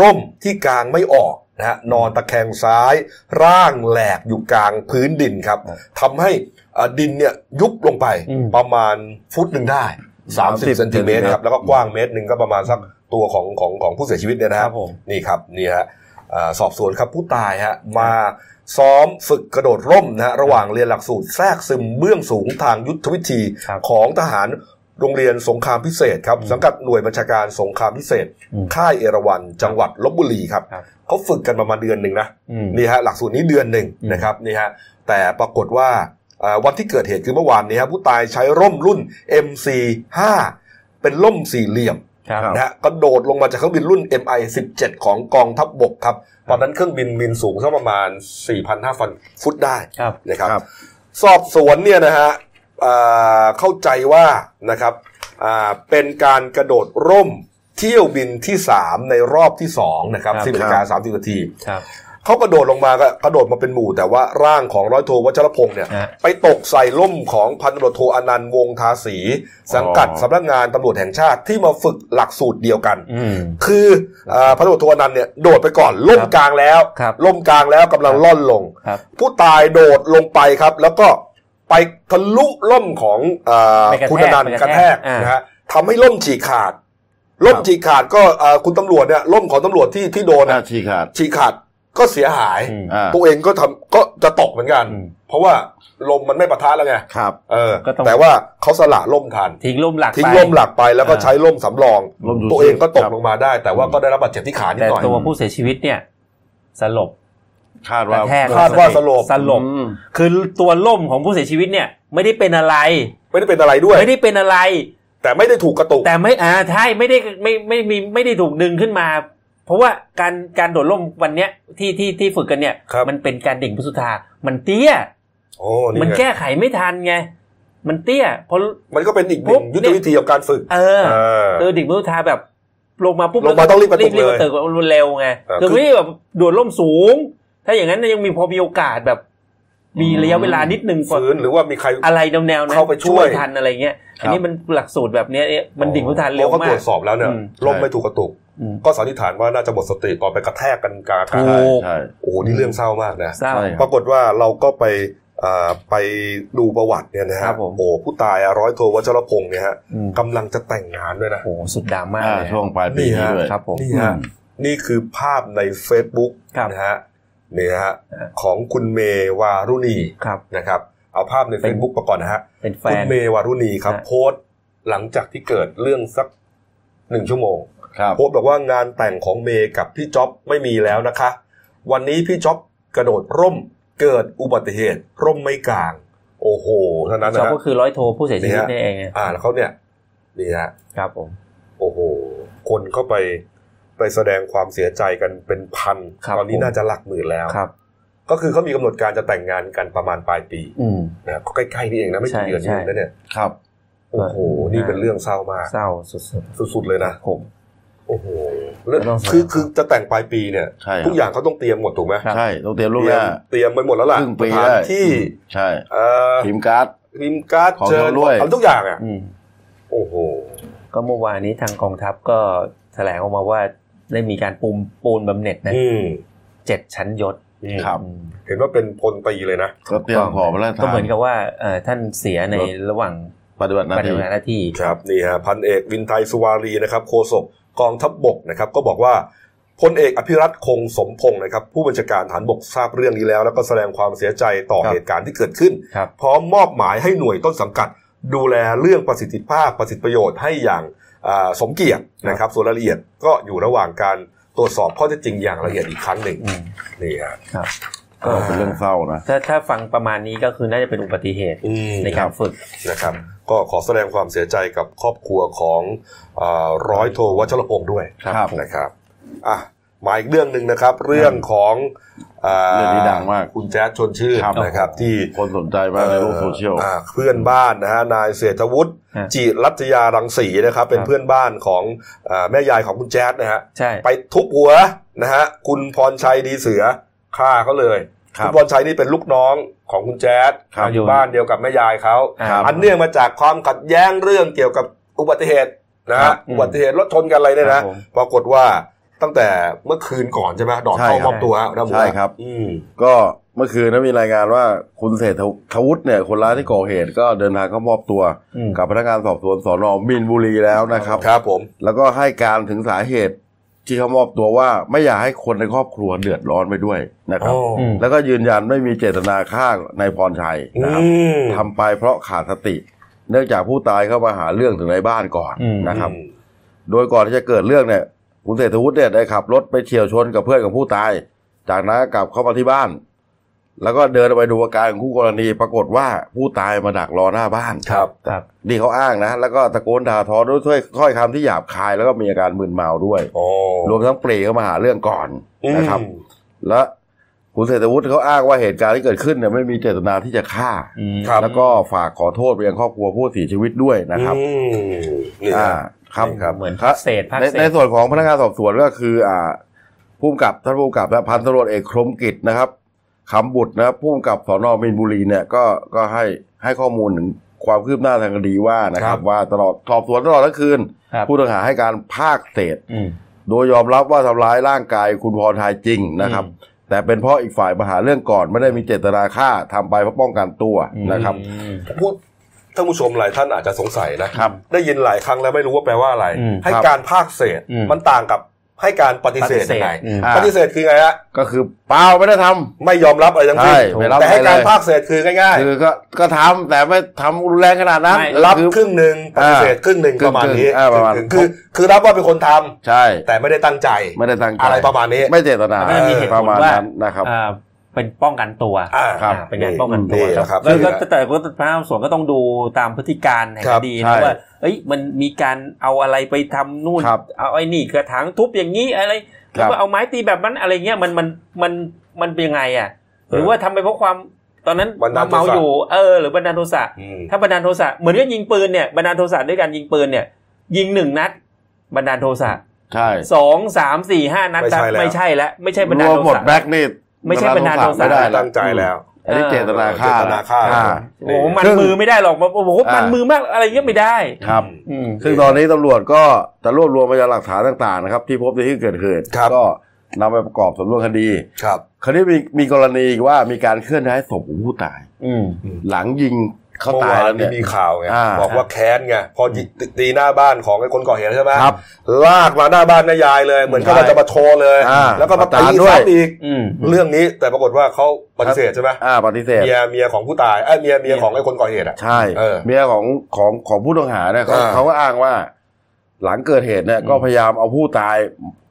ร่มที่กลางไม่ออกนะฮะนอนตะแคงซ้าย ร่างแหลกอยู่กลางพื้นดินครับทำให้เอ่อดินเนี่ยยุบลงไป
อืม
ประมาณฟุตหนึ่งได้ 30
30
เซนติเมตร
เซนติเมตร
ครับแล้วก็กว้างเมตรหนึ่งก็ประมาณสักตัวของของของผู้เสียชีวิตเนี่ยนะ
ค
ฮะ
รับผม
นี่ครับนี่ฮะอ่าสอบสวนครับผู้ตายฮะมาซ้อมฝึกกระโดดร่มนะฮะระหว่างเรียนหลักสูตรแทรกซึมเบื้องสูงทางยุทธวิธี
ครับ
ของทหารโรงเรียนสงครามพิเศษครับ สังกัดหน่วยบัญชาการสงครามพิเศษ
อืม
ค่ายเอราวัณจังหวัดลบบุรีครับ
ครับ
เขาฝึกกันประมาณเดือนหนึ่งนะ
อืม
นี่ฮะหลักสูตรนี้เดือนหนึ่ง
อืม
นะครับนี่ฮะแต่ปรากฏว่าเอ่อวันที่เกิดเหตุคือเมื่อวานนี้ฮะผู้ตายใช้ร่มรุ่น MC5 เป็นร่มสี่เหลี่ยม
ครับ
นะฮะกระโดดลงมาจากเครื่องบินรุ่น MI 17 ของกองทัพบบกครับ ตอนนั้นเครื่องบินบินสูงสักประมาณ 4,500 ฟุตได้
ครับ
นะครับ
ครับ
สอบสวนเนี่ยนะฮะอ่าเข้าใจว่านะครับอ่าเป็นการกระโดดร่มเที่ยวบินที่ 3 ในรอบที่ 2 นะครับ
ครับ
10นาฬิกาสามสิบนาที
ครับ
เขากระโดดลงมาก็กระโดดมาเป็นหมู่ แต่ว่าร่างของร้อยโทวัชรพงศ์เนี่ย
ฮะ
ไปตกใส่ล่มของพันตำรวจโทอนันต์วงศ์ทาสี สังกัดสำนักงานตำรวจแห่งชาติที่มาฝึกหลักสูตรเดียวกัน
อืม
คือเอ่อพันตำรวจโทอนันต์เนี่ยโดดไปก่อนล่ม
ครับ
กลางแล้ว
ครับ
ล่มกลางแล้วกำลังล่อนลง
ครับ
ผู้ตายโดดลงไปครับ แล้วก็ไปทะลุล่มของเอ่อ
ไปกระแทก
คุณอนันต์
ไป
ก
ก
ระ
ระ
แท
แท
ก
กอ่าน
นะฮะทำให้ล่มฉีกขาด ล่มฉีกขาดก็เอ่อคุณตำรวจเนี่ยล่มของตำรวจที่ที่โดน
หน้า
อะ
ชีขาด
ฉีกขาดก็เสียหาย
อืม
อ่า
ตัวเองก็ทำก็จะตกเหมือนกัน
อืม
เพราะว่าลมมันไม่ปะทะแล้วไง
ครับ
เออ
ก็ต้อง
แต่ว่าเขาสละล่มทัน
ทิ้งล่มหลัก
ทิ้ง
ไป
ล่มหลักไปแล้วก็
อ่า
ใช้ล่มสำรอง
ร่มชูชีพ
ตัวเองก็ตก
ครับ
ลงมาได้ แต่ว่าก็ได้รับบาดเจ็บที่ขานิด
แต่
หน่อย
ตัวผู้เสียชีวิตเนี่ย สลบ
คาด
ก
ว่า
ระแทก
คาดว่าสลบ
สลบ
อืม
คือตัวล่มของผู้เสียชีวิตเนี่ย ไม่ได้เป็นอะไร
ไม่ได้เป็นอะไรด้วย
ไม่ได้เป็นอะไร
แต่ไม่ได้ถูกกระตุก
แต่ไม่อ่าใช่ไม่ได้ไม่ไม่มีไม่ได้ถูกดึงขึ้นมา เพราะว่าการการโดดล่มวันเนี้ยที่ที่ที่ฝึกกันเนี่ย
ครับ
มันเป็นการดิ่งพุทธทธามันเตี้ย
โอ้นี่
มัน
ไง
แก้ไขไม่ทันไง มันเตี้ยพอ
มันก็เป็นอีกห
ปุ๊
นึ่ง
บ
ยุทธวิธีของการฝึก
เออ
เออ
เออดิ่งพุทธทธาแบบลงมาปุ๊บ
ลงมาต้องรีบกระตุกเล
รีบ
ย
กระตุกรุนเร็วไง
เออ
คือ
คือ
ไม่ได้แบบโดดล่มสูง ถ้าอย่างนั้นยังมีพอมีโอกาสแบบ มีระยะเวลานิดนึงกว่า
ฝืนหรือว่ามีใคร
อะไรแนวแนวๆนั้น
เข้าไปช่วย
ทันอะไรเงี้ย อันนี้
ค
ม
รับ
ันหลักสูตรแบบเนี้ยเอ๊ะมันดิ่งพุทธทธาเร็ว
พะข
มา
ตร
ก
วจสอบแล้วเนี่ย
อืม
ล่ม
ใช่
ไม่ถูกกระตุก
อืม
ก็สันนิษฐานว่าน่าจะหมดสติตอนไปกระแทกกันกลางอา
ถู
กาศ
ก
ใช่
โอ้โหนี่เรื่องเศร้ามากนะ
เศร้า
ใช่ค
ป
บ
รากฏว่าเราก็ไปอ่าไปดูประวัติเนี่ยนะ
ค
ฮะ
รับผม
โอ้ผู้ตายอะร้อยโทวัชรพงศ์เนี่ยฮะ
อืม
กำลังจะแต่งงานด้วยนะ
โอ้โหสุดดราม่า
อ่า
เลย
ช่วงปลายปี
นี่
นี้
ฮะ
ด้วย
ครับผม
นี่ฮะ
อืม
นี่คือภาพใน Facebook
ครับ
นะฮะนี่ฮะ
ฮะ
ของคุณเมวารุณี
ครับ
นะครับ เอาภาพใน
เป็น
Facebook ประกอบนะฮะ
เป็นแฟ
คุณ
น
เมวารุณีครับ
ฮะ
โพสต์หลังจากที่เกิดเรื่องสักหนึ่งชั่วโมง
ครับ
โพสต์บอกว่างานแต่งของเมย์กับพี่จ๊อบไม่มีแล้วนะคะ วันนี้พี่จ๊อบกระโดดร่มเกิดอุบัติเหตุ ร่มไม่กลาง โอ้โหเท่านั้น
ช
นะ
อบ
ฮะ
ก็คือร้อยโทผู้เสียชีวิต
นี่ฮะ
นี่เองไง
อ่าแล้วเขาเนี่ยนี่ฮะ
ครับผม
โอ้โห คนเข้าไปไปแสดงความเสียใจกันเป็นพันตอนนี้น่าจะหลักหมื่นแล้ว
ครับ
ก็คือเขามีกำหนดการจะแต่งงานกันประมาณปลายปี
อืม
นะก็ใกล้ๆนี่เองนะไม่กี่เดือน
ใช่
นี่เองนะเนี่ย
ครับ
โอ้โหนี่เป็นเรื่องเศร้ามาก
เศร้าสุด
สุดๆเลยนะ
ๆผม
โอ้โหแล้ว
ก็ต้องแสดง
คือคือจะแต่งปลายปีเนี่ย
ใช่ครับ
ทุกอย่างเขาต้องเตรียมหมดถูกไหม
ใช่ ต้องเตรียม
เต
ล่วง
รีย
ห
ม
น้า
เตรียมไปหมดแล้วล่ะ
ครึ่งปี
สถาน
ได้
ที่
ใช่
เอ่อ
ทีมการ์ด
พิมพ์การ์ด
ของ
เชิญ
เราด้วย
ทำทุกอย่างอ่ะ
อืม
โอ้โห
ก็เมื่อวานนี้ทางกองทัพก็แถลงออกมาว่าได้มีการปูมปูนบำเหน็จนะ
อืม
เจ็ดชั้นยศ
ครับ
อืม
เห็นว่าเป็นพลตรีเลยนะ
ก็เตรียมขอพระราช
ก็
ทา
เหมือน
น
กับว่าเอ่อท่านเสียในระหว่าง
ปฏิบัติหน้า
ปฏิ
ที่
บัติหน้าที่
ครับนี่ฮะพันเอกวินไทยสุวารีนะครับโฆษกกองทัพบบกนะครับ ก็บอกว่าพลเอกอภิรัตคงสมพงศ์นะครับ ผู้บัญชาการฐานบกทราบเรื่องนี้แล้ว แล้วก็แสดงความเสียใจต่อ
ครับ
เหตุการณ์ที่เกิดขึ้น
ครับ
พร้อมมอบหมายให้หน่วยต้นสังกัด ดูแลเรื่องประสิทธิภาพประสิทธิประโยชน์ให้อย่าง อ่าสมเกียรตินะครับ ส่วนรายละเอียดก็อยู่ระหว่างการตรวจสอบข้อเท็จจริงอย่างละเอียดอีกครั้งหนึ่ง
อืม
นี่ฮะ
ก็เป็นเรื่องเศร้านะ
ถ้าถ้าฟังประมาณนี้ก็คือน่าจะเป็นอุบัติเหตุ
อืม
ในการฝึก
นะครับ ก็ขอแสดงความเสียใจกับครอบครัวของอ่าร้อยโทวัชรพงศ์ด้วย
ครับ
นะครับอ่ะมาอีกเรื่องหนึ่งนะครับ เรื่องของา
เรื่องนี้ดังมาก
คุณแจ๊ดชวนชื่น
ครับ
นะครับที่
คนสนใจมากในโลกโซเชียล
อ่าเพื่อนบ้านนะฮะนายเศรษฐวุฒิ
ฮะ
จิรัตยารังสีนะครับ เป็น
ครับ
เพื่อนบ้านของอ่าแม่ยายของคุณแจ๊ดนะฮะ
ใช่
ไปทุบหัวนะฮะคุณพรชัยดีเสือฆ่าเขาเลย
ครั
คุ
บ
ณพรชัยนี่เป็นลูกน้องของคุณแจ๊ด
ครับ
อยู่บ้านเดียวกับแม่ยายเขา
ครับ
อันเนื่องมาจากความขัดแย้งเรื่องเกี่ยวกับอุบัติเหตุนะ
ครั
ฮะ
บ
อุบัติเหตุรถชนกันอะไรเนี่ย
ครั
นะ
บผม
ปรากฏว่าตั้งแต่เมื่อคืนก่อนใช่ไหมดอดเข้ามอบตัวฮะนะหมู
ใช่ครับ
อืม
ก็เมื่อคืนนะมีรายงานว่าคุณเศรษฐวุฒิเนี่ยคนร้ายที่ก่อเหตุก็เดินทางเข้ามอบตัว
อืม
กับพนักงานสอบสวนสอนอมินบุรีแล้วนะครับ
ครับผม
แล้วก็ให้การถึงสาเหตุที่เขามอบตัวว่าไม่อยากให้คนในครอบครัวเดือดร้อนไปด้วยนะครับ
อ๋ออ
ม
แล้วก็ยืนยันไม่มีเจตนาฆ่านายพรชัยนะครับ
อืม
ทำไปเพราะขาดสติ เนื่องจากผู้ตายเข้ามาหาเรื่องถึงในบ้านก่อน
อืม
นะครับ โดยก่อนที่จะเกิดเรื่องเนี่ยคุณเศรษฐวุฒิเนี่ยได้ขับรถไปเฉียวชนกับเพื่อนของผู้ตาย จากนั้นก็กลับเข้ามาที่บ้าน แล้วก็เดินไปดูอาการของคู่กรณีปรากฏว่าผู้ตายมาดักรอหน้าบ้าน
ครับ
ครับ
นี่เขาอ้างนะ แล้วก็ตะโกนด่าทอด้วยถ้อยถ้อยคำที่หยาบคายแล้วก็มีอาการมึนเมาด้วย
โอ้
รวมทั้งปรีเข้ามาหาเรื่องก่อนนะครับ
อืม
และคุณเศรษฐวุฒิเขาอ้างว่าเหตุการณ์ที่เกิดขึ้นเนี่ยไม่มีเจตนาที่จะฆ่า
อืม
ครับ
แล้วก็ฝากขอโทษไปยังครอบครัวผู้เสียชีวิตด้วยนะครับ
อืมนี่
อ่า
ฮะ
ครับ
ครับ
เหมือน
ครับ
เศษภาค
ใน
เศ
ใน
ษ
ส่วนของพนักงานสอบสวนก็คืออ่าผู้กำกับท่านผู้กำกับและพันตำรวจเอกครมกิจนะครับคำบุตรนะครับผู้กำกับสอนอมินบุรีเนี่ยก็ก็ให้ให้ข้อมูลถึงความคืบหน้าทางคดีว่านะค
ครั
รับ
บ
ว่าตลอดสอบสวนตลอดทั้งคืน
ครับ
ผู้ต้องหาให้การภาคเศษ
อืม
โดยยอมรับว่าทำร้ายร่างกายคุณพรทายจริงนะครับ
อืม
แต่เป็นเพราะอีกฝ่ายมาหาเรื่องก่อนไม่ได้มีเจตนาฆ่าทำไปเพราะป้องกันตัวนะครับ
อืม
พูดท่านผู้ชมหลายท่านอาจจะสงสัยนะครับ ได้ยินหลายครั้งแล้วไม่รู้ว่าแปลว่าอะไร
อืม
ให้
ครับ
การภาคเศษ
อืม
มันต่างกับให้การปฏิเสธยังไง
อืม
อ่า
ปฏิเสธคือไงฮะ
ก็คือเปล่าไม่ได้ทำ
ไม่ยอมรับอะไรทั้งสิ้น
ใช่ไม่รับ
แต่ให้
อะไรเลย
การภาคเศษคือง่าย
คือก็ก็ทำแต่ไม่ทำรุนแรงขนาดนั้น
ไม่
เออ
ๆ รับ
คือ
ครึ่งหนึ่งป
อ่า
ฏิเสธครึ่งหนึ่ง
ครึ่
ป
ง
ระมาณนี้
อ่าประมาณ
คงคือคือรับว่าเป็นคนทำ
ใช่
แต่ไม่ได้ตั้งใจ
ไม่ได้ตั้งใจ
อะไรประมาณนี้
ไม่เจตนา
แล้วก็มีเหตุ
ป
ผ
ระ
ล
มาณ
ว่า
นั้นนะครับ
อ่าเป็นป้องกันตัว
อ่า
ครับ
อ่าเป็นงานป้องกันตัว
นะครับ
แล้วก็
นี่แหละ
แต่ก็พนักงานสวนก็ต้องดูตามพฤติการแห่ง
ครั
ค
บ
ดี
ใช่
นะว่าเอ้ยมันมีการเอาอะไรไปทำนู่น
ครับ
เอาไอ้นี่กระถางทุบอย่างนี้อะไร
ครั
แล้
บ
วก็เอาไม้ตีแบบนั้นอะไรเงี้ยมันมันมันมันเป็นยังไงอ่ะ หรือว่าทำไปเพราะความตอนนั้น
บันดาลโท
เมา
ษะ
อยู่เออหรือบันดาลโทสะ
อืม
ถ้าบันดาลโทสะเหมือนกับยิงปืนเนี่ยบันดาลโทสะด้วยการยิงปืนเนี่ย ยิงหนึ่งนัดบันดาลโทสะ
ใช่
สองสามสี่ห้านัดไม่ใช่แล้วไม่ใช่บัน
ร
ดาล
วม
โท
หมด
สะ
แบ็กนี่
ไม่ใช่บันดาลโทษะ
ไม่ได้
ตั้งใจแล้ว
อันนี้เจตนาฆ่า
เจตนาฆ่า
อ่
โอ้โหมันมือไม่ได้หรอกโอ้โหมันมือมากอะไรเงี้ยไม่ได้
ครับ
อืม
ซึ่งตอนนี้ตำรวจก็จะรวบรวมพยานหลักฐานต่างๆนะครับ ที่พบในที่เกิดเหตุ
ครับ
ก็นำไปประกอบสำนวนคดี
ครับ
คราวนี้มีมีกรณีอีกว่ามีการเคลื่อนย้ายศพของผู้ตาย
อืม
หลังยิงเขา
เมื่
ตาย
อา
ว
น
แล้ว
นี้
เนี่ย
มีข่าวไง
อ่า
บอกว่าแค้นไงพอยิงตีหน้าบ้านของไอ้คนก่อเหตุใช่ไหม
ครับ
ลากมาหน้าบ้านแม่ยายเลย เหมือนเขา
ใช่
จะมาโชว์เลย
อ่า
แล้วก็มา
มา
ตี
ตามด้วย
ซ้ำอีก
อืม
เรื่องนี้แต่ปรากฏว่าเขาปฏิเสธใช่ไหม
อ่าปฏิเสธ
เมียเมียของผู้ตายเอ้ยเมียเมียของไอ้คนก่อเหตุอ่ะ
ใช่
เออ
เมียของของของผู้ต้องหาเนี่ยเขา
อ่า
เขาก็อ้างว่า หลังเกิดเหตุเนี่ย
อืม
ก็พยายามเอาผู้ตาย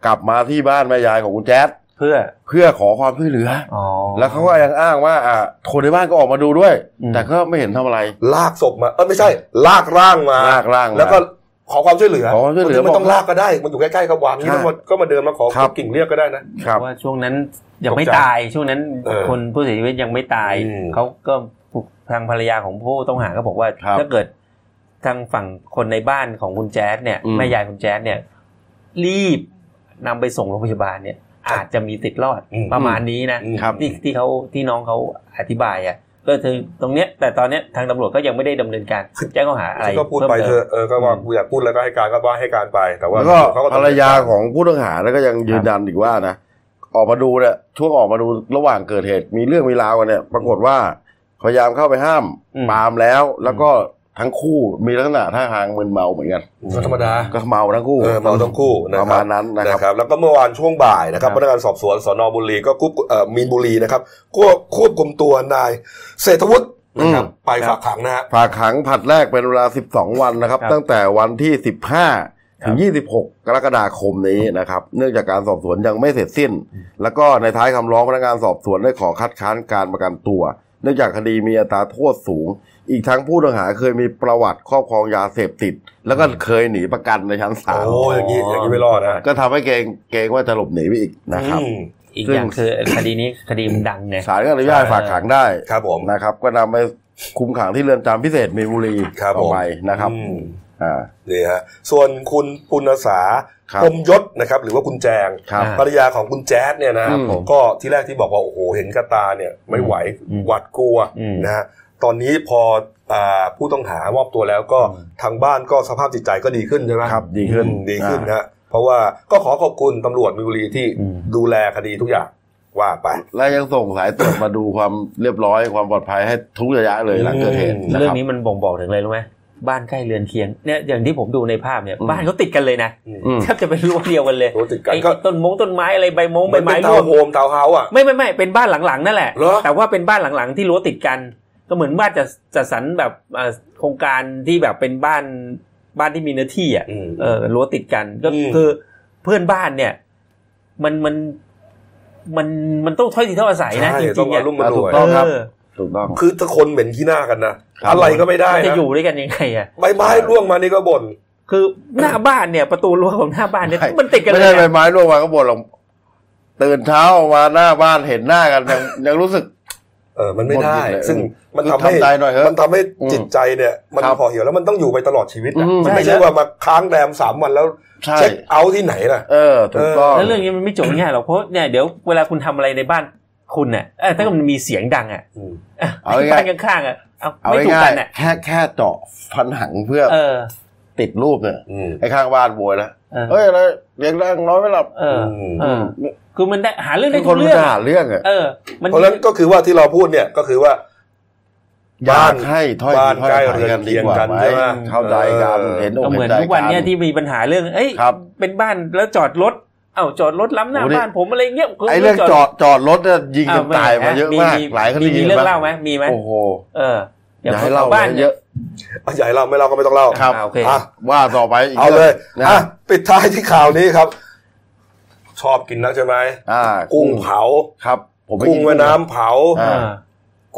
กลับมาที่บ้านแม่ยายของคุณแจ๊ด
เพื่อ
เพื่อขอความช่วยเหลืออ
อ๋อ
แล้วเขาก็ยังอ้างว่าอ่าคนในบ้านก็ออกมาดูด้วย
อืม
แต่ก็ไม่เห็นทำอะไร
ลากศพมา เออไม่ใช่ ลากร่างมา
ลากร่างมา
แล้วก็ขอความช่วยเหลือ
ขอความช่วยเหลือ
มันต้อง
บอก
ลากก็ได้ มันอยู่ใกล้ๆกับวางนี่
ใช่
มันก็มาเดินมาขอ
ครับ
กิ่งเรียกก็ได้นะ
ครับ
ว่าช่วงนั้นยังไม่ตายช่วงนั้น
เออ
คนผู้เสียชีวิตยังไม่ตาย
อืม
เขาก็ทางภรรยาของผู้ต้องหาก็บอกว่า
ครับ
ถ้าเกิดทางฝั่งคนในบ้านของคุณแจ๊ดเนี่ย
อืม
แม่ยายคุณแจ๊ดเนี่ย รีบนำไปส่งโรงพยาบาลเนี่ย อาจจะมีติดรอด
อืม
ประมาณนี้นะ
อืม
ครับ
ที่ที่เขาที่น้องเขาอธิบายอ่ะก็คือตรงเนี้ยแต่ตอนเนี้ยทางตำรวจก็ยังไม่ได้ดำเนินการแจ้งข้อหาอะไร
ก็พูดไปเธอะเออก็ว่ากูอยากพูดแล้วก็ให้การก็ว่าให้การไป แต่ว่า
แล้วก็
เขาต้อง
ภรรยาของผู้ต้องหาแล้วก็ยังยืนยันอีกว่านะออกมาดูเนี่ยช่วงออกมาดูระหว่างเกิดเหตุ มีเรื่องมีราวกันเนี่ย ปรากฏว่าพยายามเข้าไปห้ามปรามแล้ว แล้วก็ทั้งคู่มีลักษณะท่าทางมึนเมาเหมือนกัน
ก็ธรรมดา
ก็เมาทั้งคู่
เออเมาทั้งคู่นะค
ป
รับ
ระมาณนั้นนะ
นะ
ค
ครับ รับแล้วก็เมื่อวานช่วงบ่ายนะครับพนักงานสอบสวนสนบุรีก็ควบเอ่อมีนบุรีนะครับก็ควบคุมตัวนายเศรษฐวุฒินะครับ
อืม
ไปฝากขังนะฮะ
ฝากขังผลัดแรกเป็นเวลา 12 วันนะครับ ตั้งแต่วันที่ 15 ถึง 26 กรกฎาคมนี้นะครับ เนื่องจากการสอบสวนยังไม่เสร็จสิ้น แล้วก็ในท้ายคำร้องพนักงานสอบสวนได้ขอคัดค้านการประกันตัว เนื่องจากคดีมีอัตราโทษสูง อีกทั้งผู้ต้องหาเคยมีประวัติครอบครองยาเสพติด แล้วก็เคยหนีประกันในชั้นศาล
โอ้อย่างนี้อย่างนี้ไม่รอดนะ
ก็ทำให้เกรงเกรงว่าจะหลบหนีไปอีกนะครับ
อืม
อีกอย่างคือคดีนี้คดีมันดังไง
ศาลก็อนุญาตให้ฝากขังได้
ครับผม
นะครับก็นำไปคุมขังที่เรือนจำพิเศษมีนบุรี
ครับผม
ต่อไปนะครับ
อืม
อ่า
นี่ฮะส่วนคุณปุณสา
ครับ
พรหมยศนะครับ หรือว่าคุณแจง
ครับ
ภรรยาของคุณแจ๊ดเนี่ยนะครับ
ผม
ก็ที่แรกที่บอกว่าโอ้โหเห็นกระตาเนี่ยไม่ไหว
อืม
หวาดกลัว
อืม
นะฮะตอนนี้พออ่าผู้ต้องหามอบตัวแล้วก็ทางบ้านก็สภาพจิตใจก็ดีขึ้นใช่ไหม
ครับดีขึ้น
อืมดีขึ้น
อ่า
ฮะเพราะว่าก็ขอขอบคุณตำรวจมินบุรีที่
อืม
ดูแลคดีทุกอย่างว่าไป
และยังส่งสายตรวจมาดูความเรียบร้อยความปลอดภัยให้ทุกระยะเลยหลังเกิดเหตุ
อืม
นะ
เรื่
ค
อง
รับ
นี้มันบ่งบอกถึงอะไรรู้ไหมบ้านใกล้เรือนเคียงเนี่ยอย่างที่ผมดูในภาพเนี่ย
อืม
บ้านเขาติดกันเลยนะ
อืม
แทบจะเป็นรั้วเดียวกันเลย
โอ้ติดกัน
ไอ้
ก็
ต้นมงต้นไม้อะไรใบมง
มั
ใบ
น
ไม้
เป็น
ร่
ทาวว
ง
น์โฮมทาวน์เฮาส์อ่ะ
ไม่ไม่ไม่เป็นบ้านหลังๆนั่นแหละ
เหรอ
แต่ว่าเป็นบ้านหลังๆที่รั้วติดกัน ก็เหมือนบ้านจะจัดสรรแบบเอ่อโครงการที่แบบเป็นบ้านบ้านที่มีเนื้อที่อ่ะ
อืม
เออรั้วติดกันก็
อืม
คือเพื่อนบ้านเนี่ย มันมันมันมันต้องถ้อยทีถ้อยอาศัยนะ
ใช่
จริ
ต้อง
งๆ
อา
อ่ะ
รุ่มมารวย
ถูกต้อง
เอ
ครับ
อ
ถูกต้อง
คือถ้าคนเหม็นขี้หน้ากันนะครับ อะไรก็ไม่ได้
จะ
นะ
อยู่ด้วยกันยังไงอ่ะ
ใบไม้ร่วงมานี่ก็บ่น
คือหน้าบ้านเนี่ย ประตูรั้วของหน้าบ้านเนี่ย
ใช่
มันติดกัน
ไม่
เล
ใช่
ย
ใบ
นะ
ไม้ร่วงมาก็บ่นหรอกตื่นเช้ามาหน้าบ้านเห็นหน้ากันยัง [laughs] ยังรู้สึก
เออมันไม่
บ่
ได้
นอีกเลย
ซึ่งมัน
คือ
ทำให้
ทำใจหน่อยเถอะ
มันทำให้
อืม
จิตใจเนี่ยมัน
ครับ
พอเหี่ยวแล้วมันต้องอยู่ไปตลอดชีวิตอะ
อืม
มันไม่
ใช่
ใช่
นะ
ว่ามาค้างแรมสามวันแล้ว
ใช่
เช็คเอาท์ที่ไหนล่ะ
เออถูกต้อง
แล้วเรื่องนี้มันไม่จบง่ายหรอกเพราะเนี่ยเดี๋ยวเวลาคุณทำอะไรในบ้านคุณเนี่ยเอ้ยถ้าเกิดมันมีเสียงดังอ่ะ
อืม
อ่ะ
เอาง่าย
บ้านข้างๆอ่ะเอา
เอา
ไม่ถูก
ง่า
กั
ย
นอ่ะ
ๆแค่แค่เจาะฟันหังเพื่อ
เออ
ติดรูปเนี่ย
อืม
ไอ้ข้างบ้านโวยแล้ว
เออ
เฮ้ยอะไรเรียงแรงน้อยไม่หลับ
เออเออ
ม
คือมันได้หาเรื่องได้
ค
ทุ
น
ก
มัน
เรื่อง
จะหาเรื่องอะ
เออ มัน
เพราะฉะนั้นก็คือว่าที่เราพูดเนี่ยก็คือว่า
อยากให้ถ้อย
บ้าน
ถ้อย
ใกล้
อาศัยกันดีกว่าไหม
เรือนเคียงกันใช่ไหม
เข้าใจกัน
เออ
เห็นอก
ก็เหมือ
เห็
น
นใจ
ทุกวัน
กั
เนี่ยที่มีปัญหาเรื่อง เอ้ย
ครับ
เป็นบ้านแล้วจอดรถ เอ้าจอดรถล้ำหน้า
โอ้นี่
บ้านผมอะไรเงี้ย
ไอ้เรื่องจอดจอดรถเนี่ยยิงกันตายมาเยอะมาก หลายคดี
มีเรื่องเล่าไหมมีไหม
โอ้โห
เออ
อย่าให้เล่า
บ้าน
เยอะ
ใหญ่เราไม่เราก็ไม่ต้องเล่า
ครับ
โอเค
อ่ะ
ว่าต่อไปอีก
เอาเลย
นะ
อ่ะปิดท้ายที่ข่าวนี้ครับ ชอบกินนะใช่ไหม
อ่า
กุ้งเผา
ครับ ผมไป
กุ้ง
กิ
แม่น้ำเผา
อ่า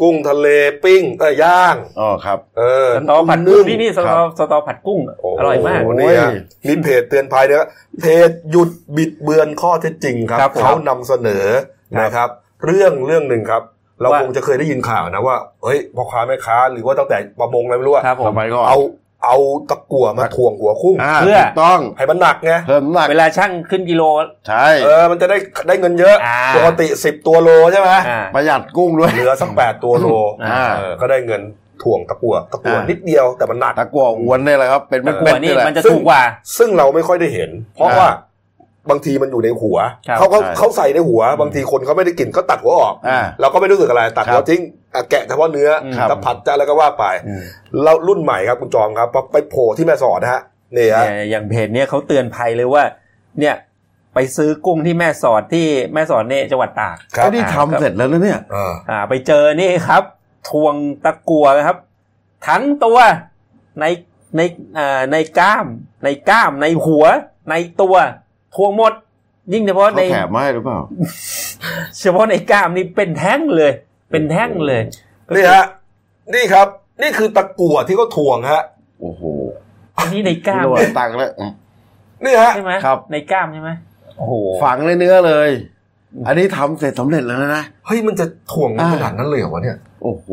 กุ้งทะเลปิ้งเอ้ยย่าง
อ๋อครับ
เออ
สตอผัด
นึ่
กุ้ง
ง
ที่นี่สตอสตอผัดกุ้ง
โโห
อร่อยมาก
โนี่ฮะมีเพจเตือนภัยเนี่ยเพจหยุดบิดเบือนข้อเท็จจริงครับ
ครับผม
เขานำเสนอนะครับ เรื่องเรื่องหนึ่งครับ เรา
ว่า
คงจะเคยได้ยินข่าวนะว่าเฮ้ยพ่อค้าแม่ค้า หรือว่าตั้งแต่ประมงอะไรไม่รู้อะ
ครับผ
ส
ม
มัยก่อน
เอาเอาตะกั่วมาถ่วงหัวกุ้ง
อ่า
เพื่อ
ถูกต้อง
ให้มันหนักไง
เพิ่มน้ำหนัก
เวลาช่างขึ้นกิโล
ใช่
เออ มันจะได้ได้เงินเยอะ
อ่า
ปกติสิบตัวโลใช่ไหม
อ่า
ประหยัดกุ้งด้วย
เหลือสักแปดตัวโล
อ่
า
เออก็ได้เงินถ่วงตะกัวตะกัว
อ่านิ
นิดเดียวแต่มันหนัก
ตะกั่วอ้วนเนี่ยแหละครับ เป็นเม็
ตะกั่
ด
ว
ๆ
นี่
แหละ
มันจะถูกกว่า
ซึ่งเราไม่ค่อยได้เห็น เพราะ
อ่า
ว่าบางทีมันอยู่ในหัว
ครับ
เขาก็
ใช่
เขาใส่ในหัว บางทีคนเขาไม่ได้กินก็ตัดหัวออก
อ่า
เราก็ไม่รู้สึกอะไรตัดหั
คว รับ
ทิ้งอ่ะแกะเฉพาะเนื้อ
ครับ
จะผัดจะอะไรก็ว่าไปเรารุ่นใหม่ครับคุณจอมครับพอไปโผล่ที่แม่สอดนะฮะนี่ฮะ
เนี่ยอย่างเพจเนี่ยเขาเตือนภัยเลยว่า เนี่ยไปซื้อกุ้งที่แม่สอดที่แม่สอดเนี่ยจังหวัดตาก
ครับ
ไอ้นี่ทำเสร็จแล้วนะเนี่ย
อ่า
อ่าไปเจอนี่ครับทวงตะกัวครับ ทั้งตัวในในอ่าในกล้าม ในกล้ามในหัว ในตัวทวงหมด ยิ่งเฉพาะใน
เขาแถมมาให้หรือเปล่า
เฉพาะในกล้ามนี่เป็นแท่งเลย เป็นแท่งเลย
นี่ฮะนี่ครับ นี่คือตะกั่วที่เขาถ่วงฮะ
โอ้โห
อันนี้ในกล้าม
ไม่รู้ตังค์แล้ว
นี่ฮะ
ใช่ไหม
ครับ
ในกล้ามใช่ไหมโอ้โห
ฝังในเนื้อเลย อันนี้ทำเสร็จสำเร็จแล้วนะ
เฮ้ยมันจะถ่วงขนาดนั้นเลยเหรอวะเนี่ย
โอ้โห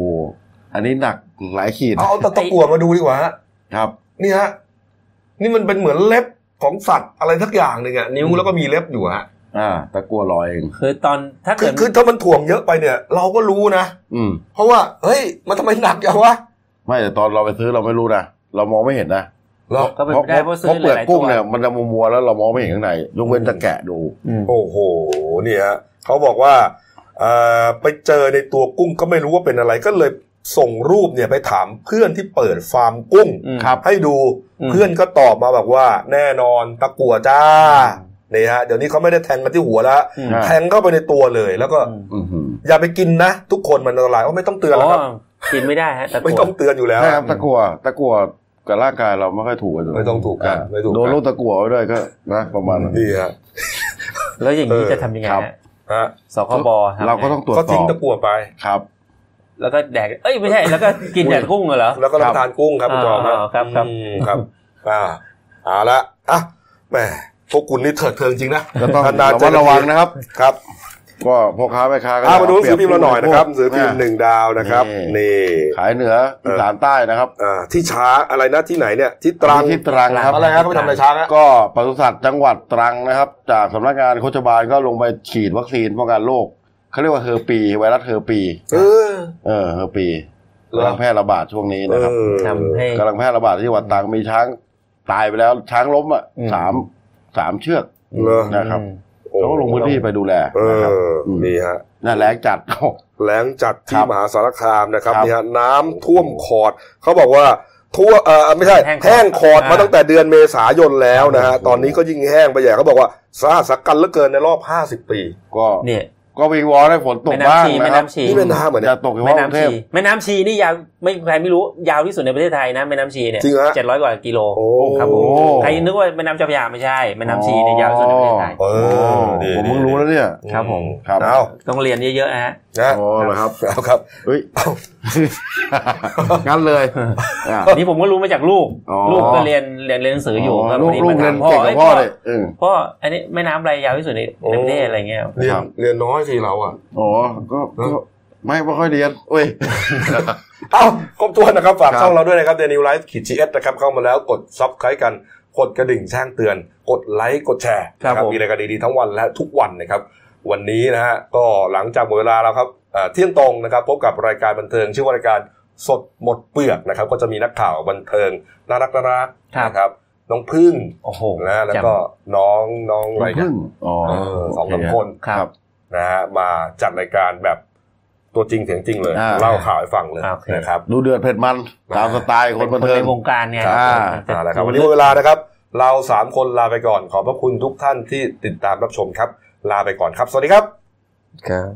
อันนี้หนักหลายขีด
เอาเอาตะตะกั่วมาดูดีกว่าฮะ
ครับ
นี่ฮะนี่มันเป็นเหมือนเล็บของสัตว์อะไรสักอย่างหนึ่งอะนิ้วแล้วก็มีเล็บอยู่ฮะ
อ่า ตะกัวลอยเอง
คือตอนถ้า
คื
เกิ
อ
ด
คือถ้ามันถ่วงเยอะไปเนี่ย เราก็รู้นะ
อืม
เพราะว่า เฮ้ย มันทำไมหนักอย่างวะ
ไม่แต่ตอนเราไปซื้อเราไม่รู้นะ เรามองไม่เห็นนะ
หรอ
ก็เป็นไปได้เพราะซื้
เพ
อ
ราะเปลือก
หลายๆ
กุ้
ตั
ง
ว
เนี่ยมันจะมัวๆแล้วเรามองไม่เห็นข้างในยกเว้นจะแกะดู
อืม
โอ้โหนี่ฮะเขาบอกว่าเอ่อไปเจอในตัวกุ้งก็ไม่รู้ว่าเป็นอะไรก็เลยส่งรูปเนี่ยไปถามเพื่อนที่เปิดฟาร์มกุ้ง
อืม
ครับ
ให้ดู
อืม
เพื่อนก็ตอบมาบอกว่า แน่นอนตะกั่วจ้านี่ฮะเดี๋ยวนี้เขาไม่ได้แทงกันที่หัวแล้ว
อืม
อ่า
แทงเข้าไปในตัวเลยแล้วก็
อือหือ
อย่าไปกินนะ ทุกคนมันอันตรายโอ้ไม่ต้องเตือน
อ๋
แล้ว
อ
ครับ
กินไม่ได้ฮะตะกัว
ไม่ต้องเตือนอยู่แล้ว
ใช่ครับตะกัวตะกัว กับร่างกายเราไม่ค่อยถูกกันยู่แล้ว
ไม่ต้องถูกกันา ไม่ถูกกัน
โดนลูกตะกั่วไว้ด้วยก็ [laughs] นะประมาณนั้น
นี่ฮะ
แล้วอย่างนี้
เออ
จะทำยังไงฮะ
ฮะ
สคบทำไ
เราก็ต้องตรวจ
ก็
ส
ทิ้
อง บ
ตะกั่วไป
ครับ
แล้วก็แดกเอ้ยไม่ใช่ แล้วก็กินแต่กุ้งเหรอ
แล้วก็รับประทานกุ้งครับคุณจอม
อ่าครับครับ
อืมครับอ่าเอาละอ่ะแหมพวกคุณนี่เถิดเทิงจริงนะ
ก็ต้อง
นานๆ
ระ
เจ
วั
อกัน
ดระวังนะครับ
ครับ
ก็พ่อค้าแม่ค้าก็
อ่ะมาดูหนังสือ
เป
พิม
รีบ
พ์เราหน่อยนะครับหนังสือพิมพ์
ะ
หนึ่งดาวนะครับ
นี่
นี่
ขายเหนือ
เออ
สานใต้นะครับ
อ่าที่ช้าอะไรนะที่ไหนเนี่ยที่ตรัง
ที่ตรังนะครับ
อะไรครับเขาไปทำอะไรช้างฮะ
ก็ปศุสัตว์จังหวัดตรังนะครับ จากสำนักงานโฆษบาลก็ลงไปฉีดวัคซีนป้องกันโรคเขาเรียกว่าเฮอร์ปี ไวรัสเฮอร์ปี
เออ
เออเฮอร์ปี
เหรอ
กำลังแพร่ระบาดช่วงนี้
เอ
นะครับ
อ
ทำให้
กำลังแพร่ระบาดที่จังหวัดตรังมีช้างตายไปแล้วช้างล้มอ่ะ
อืม
สามสามเชือก
เหรอ
นะครับ
อืม
โอ้
เขาก็ลงพื้นที่ไปดูแล
เอ
นะครับ
อนี่ฮะ
น่าแรงจัด [laughs]
แล้งจัด
ค
ที่
รับ
มหาสารคามนะครับ
ครับ
นี่ฮะน้ำท่วมขอด เขาบอกว่าทั่วเออไม่ใช่
แห้งขอ
แห้งขอ
ด
ด
อ่าม
มาตั้งแต่เดือนเมษายนแล้วนะฮะ
โอ้โห
ตอนนี้ก็ยิ่งแห้งไปใหญ่เขาบอกว่าสาหัสสากันเหลือเกินในรอบ 50 ปี
ก็
เนี่ย
ก็วิงวอนให้ฝนตก
แม่
บ้า
น้ำ
ง
ชีแม่
นะครับ
น้ำชี
นี่เป็นน้ำเหมือน
จะ
เนี่ย
ตกเฉ
แม่
พาะกรุง
น้ำ
เท
ชี
พ
แม่น้ำชีนี่ยาวไม่ใครไม่รู้ยาวที่สุดในประเทศไทยนะแม่น้ำชีเนี่ย
จริงเหรอฮะ
เจ็ดร้อยกว่ากิโล
โอ้
ครับผ
โอ้
มใครนึกว่าแม่น้ำเจ้าพระยาไม่ใช่แม่น้ำชีเนี่ยยาวที่สุดในประเทศไทย
เอ
โอ้
อดี
ผม
ดี
เพิ่งรู้แล้วเนี่ย
ดี
ครับผม
ครับ
เอา
ต้องเรียนเยอะๆนะฮะ
นะ
โอ้เหรอครับ
เอาครับ
เฮ้ย งั้นเลยอ่ะ
อันนี้ผมก็รู้มาจากลูก
อ๋อ
ลูกก็เรียนเรียนเรียนหนังสืออยู่ก็
ลูก
พอดี
ลูก
มา
เรี
ถา
ย
น ม
เก่งกับพ่อเลยเออ
พ่ออันนี้แม่น้ำอะไรยาวที่สุดใน
โอ้
ในประเทศอะไรเงี้ย
เรีย
ครั
น
บ
เรียนน้อยสิเราอ่ะ
อ๋อก็
เอ
ก็
อ
ไม่ไม่ค่อยเรียนเว้ย
เอาครบถ้วนนะครับ ฝาก
ครับ
ช่องเราด้วยนะครับเดนิวไลฟ์ขีดจีเอสนะครับ เข้ามาแล้วกดซับคล้ายกันกดกระดิ่งแจ้งเตือน กดไลค์กดแชร์นะมีรายการดีๆทั้งวันและทุกวันนะครับ วันนี้นะฮะก็หลังจากหมดเวลาแล้วครับเอ่อเที่ยงตรงนะครับพบกับรายการบันเทิง ชื่อว่ารายการสดหมดเปลือกนะครับ ก็จะมีนักข่าวบันเทิงน่ารักน่ารักนะครับน้องพึ่ง
โอ้โห
นะฮะแล้ว
จำ
ก็น้องน้องอะไรกั
พึ่
น
งอ๋อ
เออสองสาม
โเ
คน
ครับ
นะฮะมาจัดรายการแบบตัวจริงเสียงจริงเลย
อ่า
เล่าข่าวให้ฟังเลย
อ่าโอเค
นะครับ
ดูเดือดเผ็ดมันตามสไตล์คนบันเทิ
เป็
ง
ในวงการไง
ครับ
อ่าแล้วครับวันนี้หมดเวลานะครับ เราสามคนลาไปก่อนขอบพระคุณทุกท่านที่ติดตามรับชมครับ ลาไปก่อนครับ สวัสดีครับ
ครับ